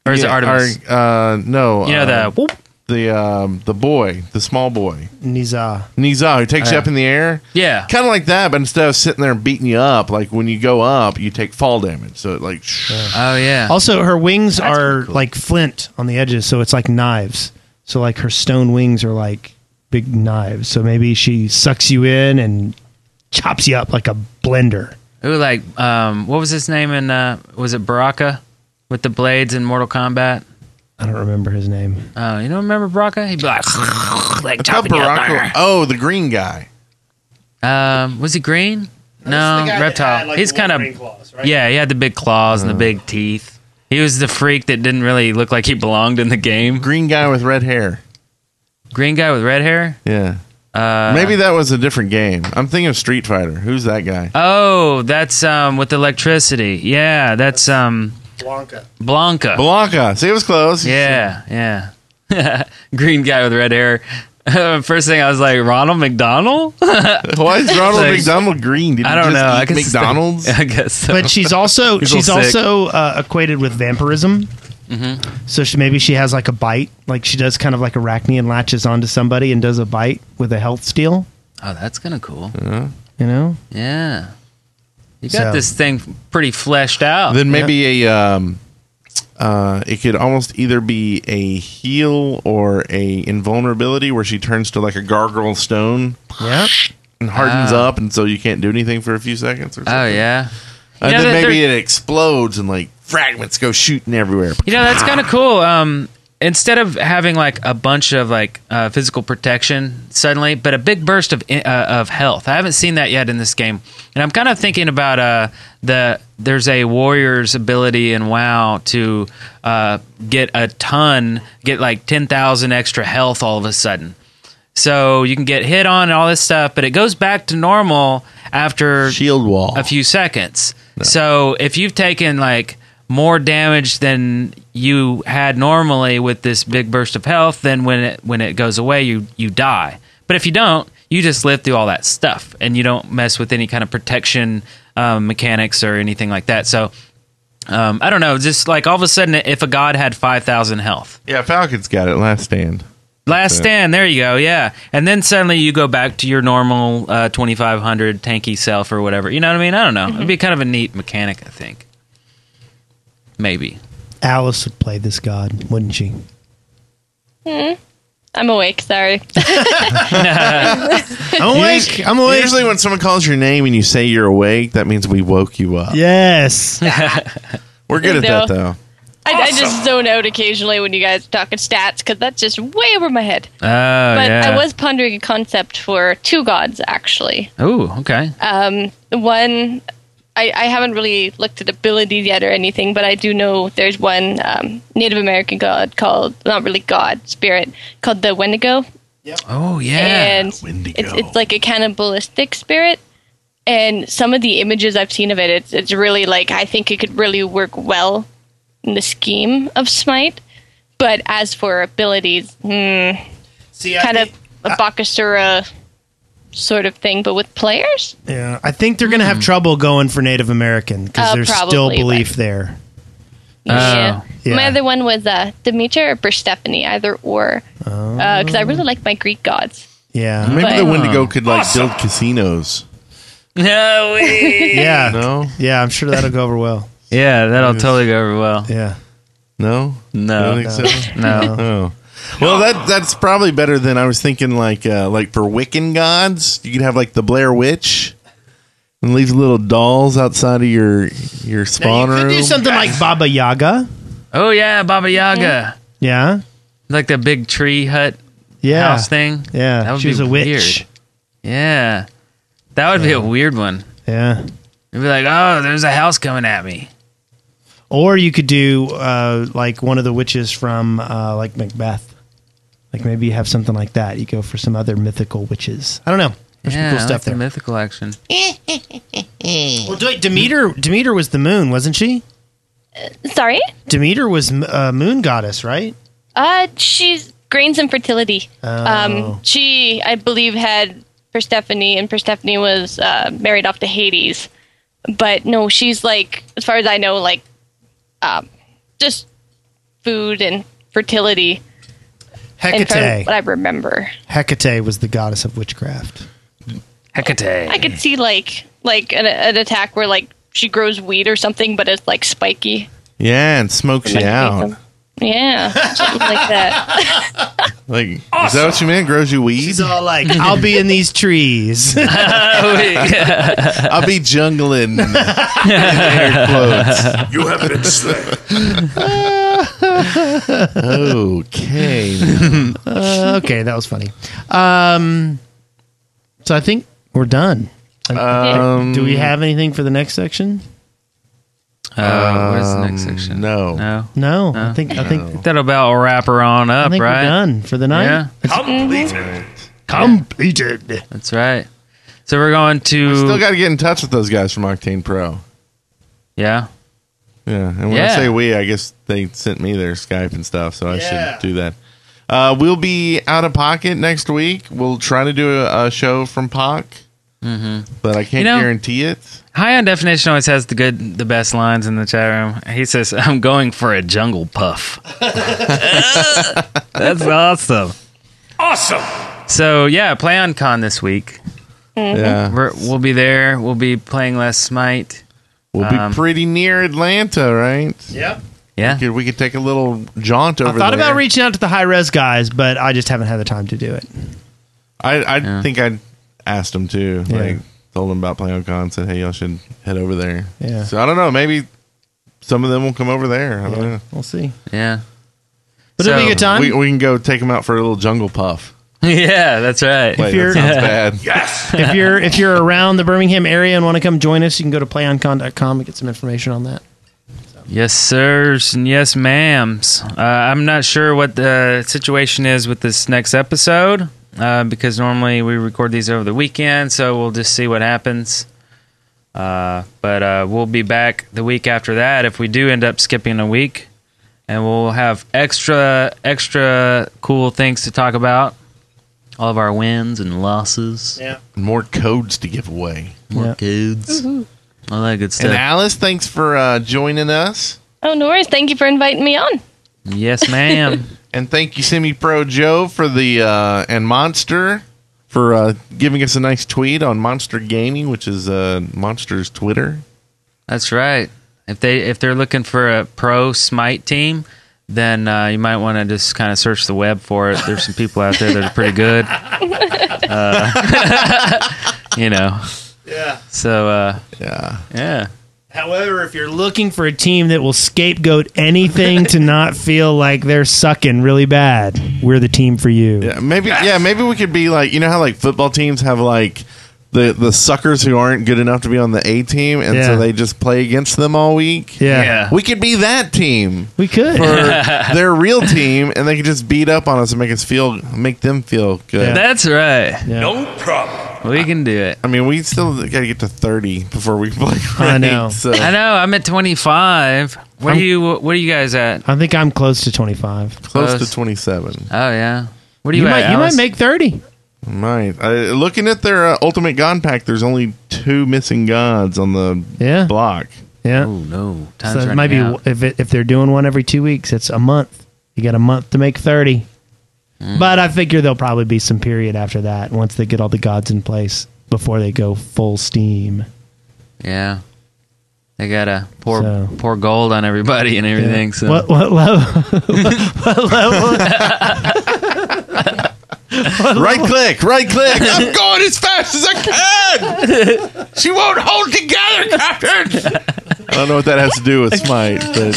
Speaker 1: Or is it
Speaker 2: Yeah,
Speaker 1: Artemis?
Speaker 2: or, uh, no,
Speaker 1: you know the
Speaker 2: uh,
Speaker 1: whoop.
Speaker 2: the um, the boy, the small boy,
Speaker 3: Niza.
Speaker 2: Niza, who
Speaker 1: Oh,
Speaker 2: takes you up in the air.
Speaker 1: Yeah.
Speaker 2: Kind of like that, but instead of sitting there and beating you up, like when you go up, you take fall damage. So it like
Speaker 1: Oh yeah.
Speaker 3: Also, her wings
Speaker 1: That's
Speaker 3: are
Speaker 1: pretty cool.
Speaker 3: like flint on the edges, so it's like knives. So like her stone wings are like big knives. So maybe she sucks you in and chops you up like a blender.
Speaker 1: Ooh, like um, what was his name in uh, was it Baraka with the blades in Mortal Kombat?
Speaker 3: I don't remember his name.
Speaker 1: Oh, you don't remember Baraka? He'd be like, like
Speaker 2: How
Speaker 1: chopping you
Speaker 2: Barack-
Speaker 1: up.
Speaker 2: Oh, the green guy.
Speaker 1: Um, was he green? No, reptile. He's kind of yeah. He had the big claws and the
Speaker 2: Mm.
Speaker 1: big teeth. He was the freak that didn't really look like he belonged in the game.
Speaker 2: Green guy with red hair.
Speaker 1: Green guy with red hair.
Speaker 2: Yeah.
Speaker 1: Uh,
Speaker 2: Maybe that was a different game. I'm thinking of Street Fighter. Who's that guy?
Speaker 1: Oh, that's um with electricity. Yeah, that's um
Speaker 5: Blanca.
Speaker 1: Blanca.
Speaker 2: Blanca. See, it was close.
Speaker 1: yeah, yeah. Green guy with red hair. First thing I was like, Ronald McDonald.
Speaker 2: Why is Ronald
Speaker 1: Like-
Speaker 2: McDonald green? Did he
Speaker 1: I don't
Speaker 2: just
Speaker 1: know.
Speaker 2: eat
Speaker 1: I guess it's the-
Speaker 2: McDonald's.
Speaker 1: I guess. So.
Speaker 3: But she's also
Speaker 1: He's all
Speaker 3: she's
Speaker 1: sick. Mm-hmm.
Speaker 3: also uh, equated with vampirism. So she, maybe she has like a bite, like she does kind of like arachne and latches onto somebody and does a bite with a health steal.
Speaker 1: oh, that's kind of cool.
Speaker 3: You know,
Speaker 1: Yeah. You got
Speaker 3: So-
Speaker 1: this thing pretty fleshed out.
Speaker 2: Then maybe a um, uh, it could almost either be a heal or a invulnerability where she turns to like a gargoyle stone
Speaker 3: yeah.
Speaker 2: and hardens
Speaker 1: Ah.
Speaker 2: up, and so you can't do anything for a few seconds. Or something.
Speaker 1: oh yeah.
Speaker 2: and
Speaker 1: You know,
Speaker 2: Uh, then
Speaker 1: that
Speaker 2: maybe
Speaker 1: there-
Speaker 2: it explodes and like fragments go shooting everywhere.
Speaker 1: You know that's kind of cool. Um, instead of having like a bunch of like uh, physical protection suddenly, but a big burst of uh, of health. I haven't seen that yet in this game, and I'm kind of thinking about uh the there's a warrior's ability in WoW to uh, get a ton, get like ten thousand extra health all of a sudden. So you can get hit on and all this stuff, but it goes back to normal after
Speaker 2: Shield wall.
Speaker 1: a few seconds. So if you've taken like more damage than you had normally with this big burst of health, then when it when it goes away, you you die. But if you don't, you just live through all that stuff, and you don't mess with any kind of protection um, mechanics or anything like that. So um, I don't know, just like all of a sudden, if a god had five thousand health,
Speaker 2: yeah, Falcon's got it. Last stand.
Speaker 1: last
Speaker 2: Yeah.
Speaker 1: stand, there you go, yeah, and then suddenly you go back to your normal uh, twenty five hundred tanky self or whatever. You know what I mean? I don't know. It'd
Speaker 4: Mm-hmm.
Speaker 1: be kind of a neat mechanic, I think. Maybe.
Speaker 3: Alice would play this god, wouldn't she?
Speaker 4: I'm awake. Sorry.
Speaker 3: I'm awake. I'm awake.
Speaker 2: Usually, when someone calls your name and you say you're awake, that means we woke you up.
Speaker 3: Yes.
Speaker 2: We're good at
Speaker 4: No.
Speaker 2: that, though.
Speaker 4: I, I just zone out occasionally when you guys are talking stats because that's just way over my head.
Speaker 1: Oh
Speaker 4: But
Speaker 1: yeah.
Speaker 4: I was pondering a concept for two gods actually.
Speaker 1: Ooh, okay.
Speaker 4: Um, one, I, I haven't really looked at abilities yet or anything, but I do know there's one um, Native American god called, not really god, spirit, called the Wendigo.
Speaker 1: oh yeah.
Speaker 4: and it's, it's like a cannibalistic spirit. And some of the images I've seen of it, it's, it's really like I think it could really work well in the scheme of Smite. But as for abilities, hmm,
Speaker 3: See,
Speaker 4: kind of a Bakasura sort of thing, but with players.
Speaker 3: Yeah, I think they're going to have trouble going for Native American because
Speaker 4: Uh,
Speaker 3: there's still
Speaker 4: probably,
Speaker 3: belief there. Yeah.
Speaker 4: My other one was uh, Demeter or Persephone, either or, because I really like my Greek gods.
Speaker 3: Yeah,
Speaker 2: Maybe
Speaker 4: But-
Speaker 2: the Wendigo could like build casinos.
Speaker 1: No way.
Speaker 3: yeah,
Speaker 2: No,
Speaker 3: yeah. I'm sure that'll go over well.
Speaker 1: yeah, that'll totally go over well.
Speaker 3: Yeah,
Speaker 2: no,
Speaker 1: No.
Speaker 2: You don't think so?
Speaker 1: No.
Speaker 2: Oh. Well, that that's probably better than I was thinking. Like, uh, like for Wiccan gods, you could have like the Blair Witch, and leave little dolls outside of your your
Speaker 3: you
Speaker 2: spawn
Speaker 3: could
Speaker 2: room.
Speaker 3: do something like Baba Yaga.
Speaker 1: Oh yeah, Baba Yaga.
Speaker 4: Mm-hmm.
Speaker 3: Yeah,
Speaker 1: Like the big tree hut
Speaker 3: yeah,
Speaker 1: house thing.
Speaker 3: yeah.
Speaker 1: That would
Speaker 3: she was
Speaker 1: be
Speaker 3: a witch.
Speaker 1: weird. Yeah. That would be a weird one.
Speaker 3: Yeah,
Speaker 1: It'd be like, oh, there's a house coming at me.
Speaker 3: or you could do uh, like one of the witches from uh, like Macbeth. Like maybe you have something like that. You go for some other mythical witches. I don't know. There's
Speaker 1: yeah, I
Speaker 3: some cool
Speaker 1: like
Speaker 3: stuff
Speaker 1: the
Speaker 3: there.
Speaker 1: mythical action.
Speaker 3: Well, wait, Demeter Demeter was the moon, wasn't she?
Speaker 4: Sorry?
Speaker 3: Demeter was uh, moon goddess, right?
Speaker 4: Uh, she's grains and fertility.
Speaker 3: Oh.
Speaker 4: Um, she, I believe, had Persephone, and Persephone was uh, married off to Hades. But no, she's like, as far as I know, like, um, just food and fertility. And from
Speaker 3: Hecate.
Speaker 4: what I remember,
Speaker 3: Hecate was the goddess of witchcraft.
Speaker 1: Hecate.
Speaker 4: I could see like like an, an attack where like she grows weed or something, but it's like spiky.
Speaker 2: Yeah, and smokes you out.
Speaker 4: Yeah, something like that.
Speaker 2: Like, is that what you meant? Grows you weed?
Speaker 3: He's all like, "I'll be in these trees."
Speaker 1: Oh,
Speaker 2: I'll be jungling. in air quotes.
Speaker 6: You have been enslaved.
Speaker 2: Okay.
Speaker 3: Uh, okay, that was funny. Um, so I think we're done.
Speaker 2: Um,
Speaker 3: Do we have anything for the next section? Um,
Speaker 1: Uh, where's the next section?
Speaker 2: no.
Speaker 1: No.
Speaker 3: No, I think I think
Speaker 1: That'll about wrap her on
Speaker 3: I
Speaker 1: up,
Speaker 3: think
Speaker 1: right?
Speaker 3: we're done for the night.
Speaker 1: Yeah,
Speaker 6: Completed.
Speaker 3: Completed.
Speaker 1: that's right. So we're going to
Speaker 2: Still got to get in touch with those guys from Octane Pro.
Speaker 1: yeah.
Speaker 2: Yeah, and when I
Speaker 1: Yeah.
Speaker 2: say we, I guess they sent me their Skype and stuff, so I
Speaker 3: Yeah.
Speaker 2: should do that. Uh, we'll be out of pocket next week. We'll try to do a, a show from POC, but I can't
Speaker 1: Mm-hmm. You know-
Speaker 2: guarantee it.
Speaker 1: High on definition always has the good, the best lines in the chat room. He says, "I'm going for a jungle puff." that's awesome.
Speaker 6: Awesome.
Speaker 1: So yeah, play on con this week. Mm-hmm.
Speaker 2: Yeah,
Speaker 1: We're, we'll be there. We'll be playing less smite.
Speaker 2: we'll be
Speaker 1: Um,
Speaker 2: pretty near Atlanta, right?
Speaker 3: Yep.
Speaker 1: Yeah,
Speaker 2: Could- we could take a little jaunt over
Speaker 3: I thought
Speaker 2: there.
Speaker 3: about reaching out to the high res guys, but I just haven't had the time to do it.
Speaker 2: I, I think I asked them too.
Speaker 3: Yeah.
Speaker 2: Like told them about Playon Con. Said, hey, y'all should head over there.
Speaker 3: Yeah.
Speaker 2: So I don't know. Maybe some of them will come over there. I don't know.
Speaker 3: We'll see.
Speaker 1: yeah,
Speaker 3: But it'll be a good
Speaker 1: So,
Speaker 3: time.
Speaker 2: We, we can go take them out for a little jungle puff.
Speaker 1: yeah. That's right.
Speaker 2: Wait,
Speaker 3: you're-
Speaker 2: that sounds bad.
Speaker 6: Yes.
Speaker 3: if you're if you're around the Birmingham area and want to come join us, you can go to playoncon.com and get some information on that.
Speaker 1: Yes, sirs, and yes, ma'ams. Uh, I'm not sure what the situation is with this next episode uh, because normally we record these over the weekend, so we'll just see what happens. Uh, but uh, we'll be back the week after that if we do end up skipping a week, and we'll have extra extra cool things to talk about. All of our wins and losses,
Speaker 3: Yeah.
Speaker 2: More codes to give away.
Speaker 1: more
Speaker 3: Yeah.
Speaker 1: kids, all that good
Speaker 2: And
Speaker 1: stuff.
Speaker 2: Alice, thanks for uh, joining us.
Speaker 4: Oh, no worries. Thank you for inviting me on.
Speaker 1: yes, ma'am.
Speaker 2: And thank you, Semi Pro Joe, for the uh, and Monster for uh, giving us a nice tweet on Monster Gaming, which is uh, Monster's Twitter.
Speaker 1: That's right. If they if they're looking for a pro smite team, then uh, you might want to just kind of search the web for it. There's some people out there that are pretty good. Uh, you know.
Speaker 3: Yeah.
Speaker 1: So uh,
Speaker 2: Yeah.
Speaker 1: yeah,
Speaker 3: However, if you're looking for a team that will scapegoat anything to not feel like they're sucking really bad, we're the team for you.
Speaker 2: Yeah, maybe. Yeah, maybe we could be like you know how like football teams have like the the suckers who aren't good enough to be on the A team, and
Speaker 3: Yeah.
Speaker 2: so they just play against them all week.
Speaker 3: Yeah.
Speaker 1: Yeah.
Speaker 2: we could be that team.
Speaker 3: We could.
Speaker 2: for their real team, and they can just beat up on us and make us feel, make them feel good.
Speaker 3: Yeah.
Speaker 1: that's right.
Speaker 3: Yeah.
Speaker 6: No problem.
Speaker 1: We can do it.
Speaker 2: I mean, we still got to get to thirty before we play.
Speaker 3: I know.
Speaker 2: ranked, So.
Speaker 1: I know. I'm at 25. Where are you? What are you guys at?
Speaker 3: I think I'm close to 25.
Speaker 2: Close to
Speaker 1: Close.
Speaker 2: twenty-seven.
Speaker 1: Oh yeah. What are you,
Speaker 3: You
Speaker 1: at?
Speaker 3: might you might
Speaker 1: Alice?
Speaker 3: make 30.
Speaker 2: Right. I, looking at their uh, ultimate gun pack, there's only two missing gods on the
Speaker 3: Yeah.
Speaker 2: block.
Speaker 3: Yeah.
Speaker 1: Oh no. Time's
Speaker 3: so it
Speaker 1: running
Speaker 3: might be
Speaker 1: out.
Speaker 3: if it, if they're doing one every 2 weeks, it's a month. You got a month to make 30.
Speaker 1: Mm.
Speaker 3: But I figure there'll probably be some period after that once they get all the gods in place before they go full steam.
Speaker 1: Yeah. They gotta pour
Speaker 3: So.
Speaker 1: pour gold on everybody and everything. So
Speaker 3: What what level?
Speaker 2: Right click. Right click. I'm going as fast as I can. She won't hold together, Captain. I don't know what that has to do with smite, but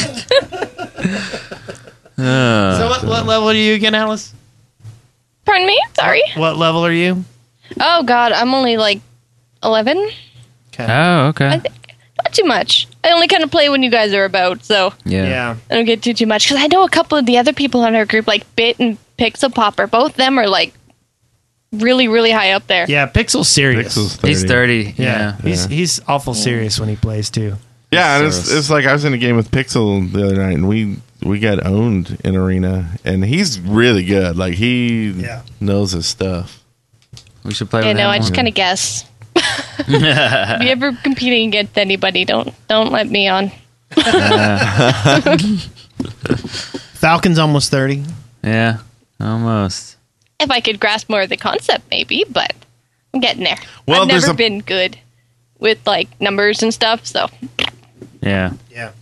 Speaker 3: so what, what level are you again, Alice?
Speaker 4: Pardon me. Sorry.
Speaker 3: What level are you?
Speaker 4: Oh God, I'm only like eleven.
Speaker 1: Oh, okay.
Speaker 4: I think not too much. I only kind of play when you guys are about, so
Speaker 1: yeah.
Speaker 4: I don't get too too much. Because I know a couple of the other people in our group, like Bit and Pixel Popper. Both them are like really, really high up there.
Speaker 3: Yeah, Pixel's serious.
Speaker 2: Pixel's
Speaker 1: He's 30. Yeah.
Speaker 3: he's he's awful serious when he plays too.
Speaker 2: Yeah, and it's,
Speaker 1: service.
Speaker 2: it's like I was in a game with Pixel the other night, and we we got owned in arena, and he's really good. Like he
Speaker 3: Yeah.
Speaker 2: knows his stuff.
Speaker 1: We should play
Speaker 4: You
Speaker 1: with him
Speaker 4: know, I just
Speaker 1: more.
Speaker 4: kind of guess. if you ever competing against anybody, don't don't let me on.
Speaker 3: Falcon's almost thirty.
Speaker 1: Yeah. Almost.
Speaker 4: If I could grasp more of the concept, maybe, but I'm getting there.
Speaker 2: Well,
Speaker 4: I've
Speaker 2: there's
Speaker 4: never
Speaker 2: a-
Speaker 4: been good with like numbers and stuff, so
Speaker 1: Yeah.
Speaker 3: Yeah,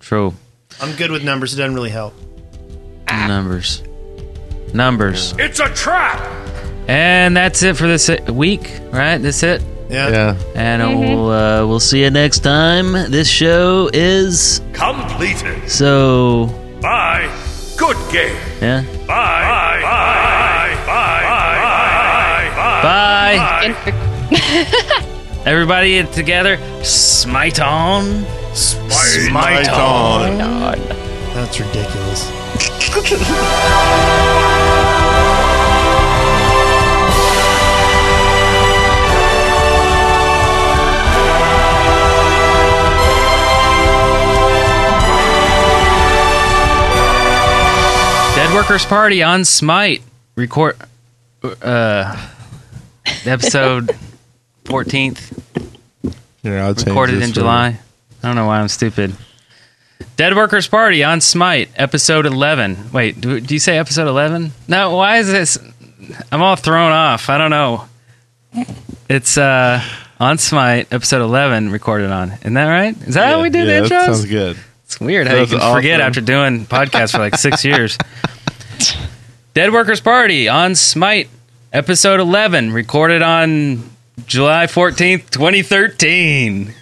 Speaker 1: True.
Speaker 3: I'm good with numbers. It doesn't really help.
Speaker 1: Numbers. Numbers.
Speaker 6: It's a trap!
Speaker 1: And that's it for this week, right? That's it.
Speaker 3: Yeah.
Speaker 2: Yeah,
Speaker 1: And
Speaker 4: Mm-hmm.
Speaker 1: we'll uh, we'll see you next time. This show is
Speaker 6: Completed
Speaker 1: so
Speaker 6: by Good Game.
Speaker 1: yeah.
Speaker 6: Bye. Bye. Bye. Bye.
Speaker 1: Bye.
Speaker 6: Bye. Bye.
Speaker 4: and for-
Speaker 1: Everybody together. Smite on.
Speaker 2: Smite on.
Speaker 3: That's ridiculous.
Speaker 1: Dead Workers Party on Smite. Record uh episode 14th
Speaker 2: Yeah, I'll change
Speaker 1: recorded in
Speaker 2: this for-
Speaker 1: July. I don't know why I'm stupid. Dead Workers Party on Smite episode 11. Wait, do, do you say episode 11? No, why is this I'm all thrown off. I don't know. It's uh on Smite episode 11 recorded on. Isn't that right? Is that
Speaker 2: Yeah,
Speaker 1: how we do
Speaker 2: yeah,
Speaker 1: the
Speaker 2: that
Speaker 1: intros?
Speaker 2: Sounds good.
Speaker 1: It's weird how you
Speaker 2: That's
Speaker 1: can forget
Speaker 2: awesome.
Speaker 1: after doing podcasts for like six years. Dead Workers Party on Smite, episode 11, recorded on July 14th, 2013.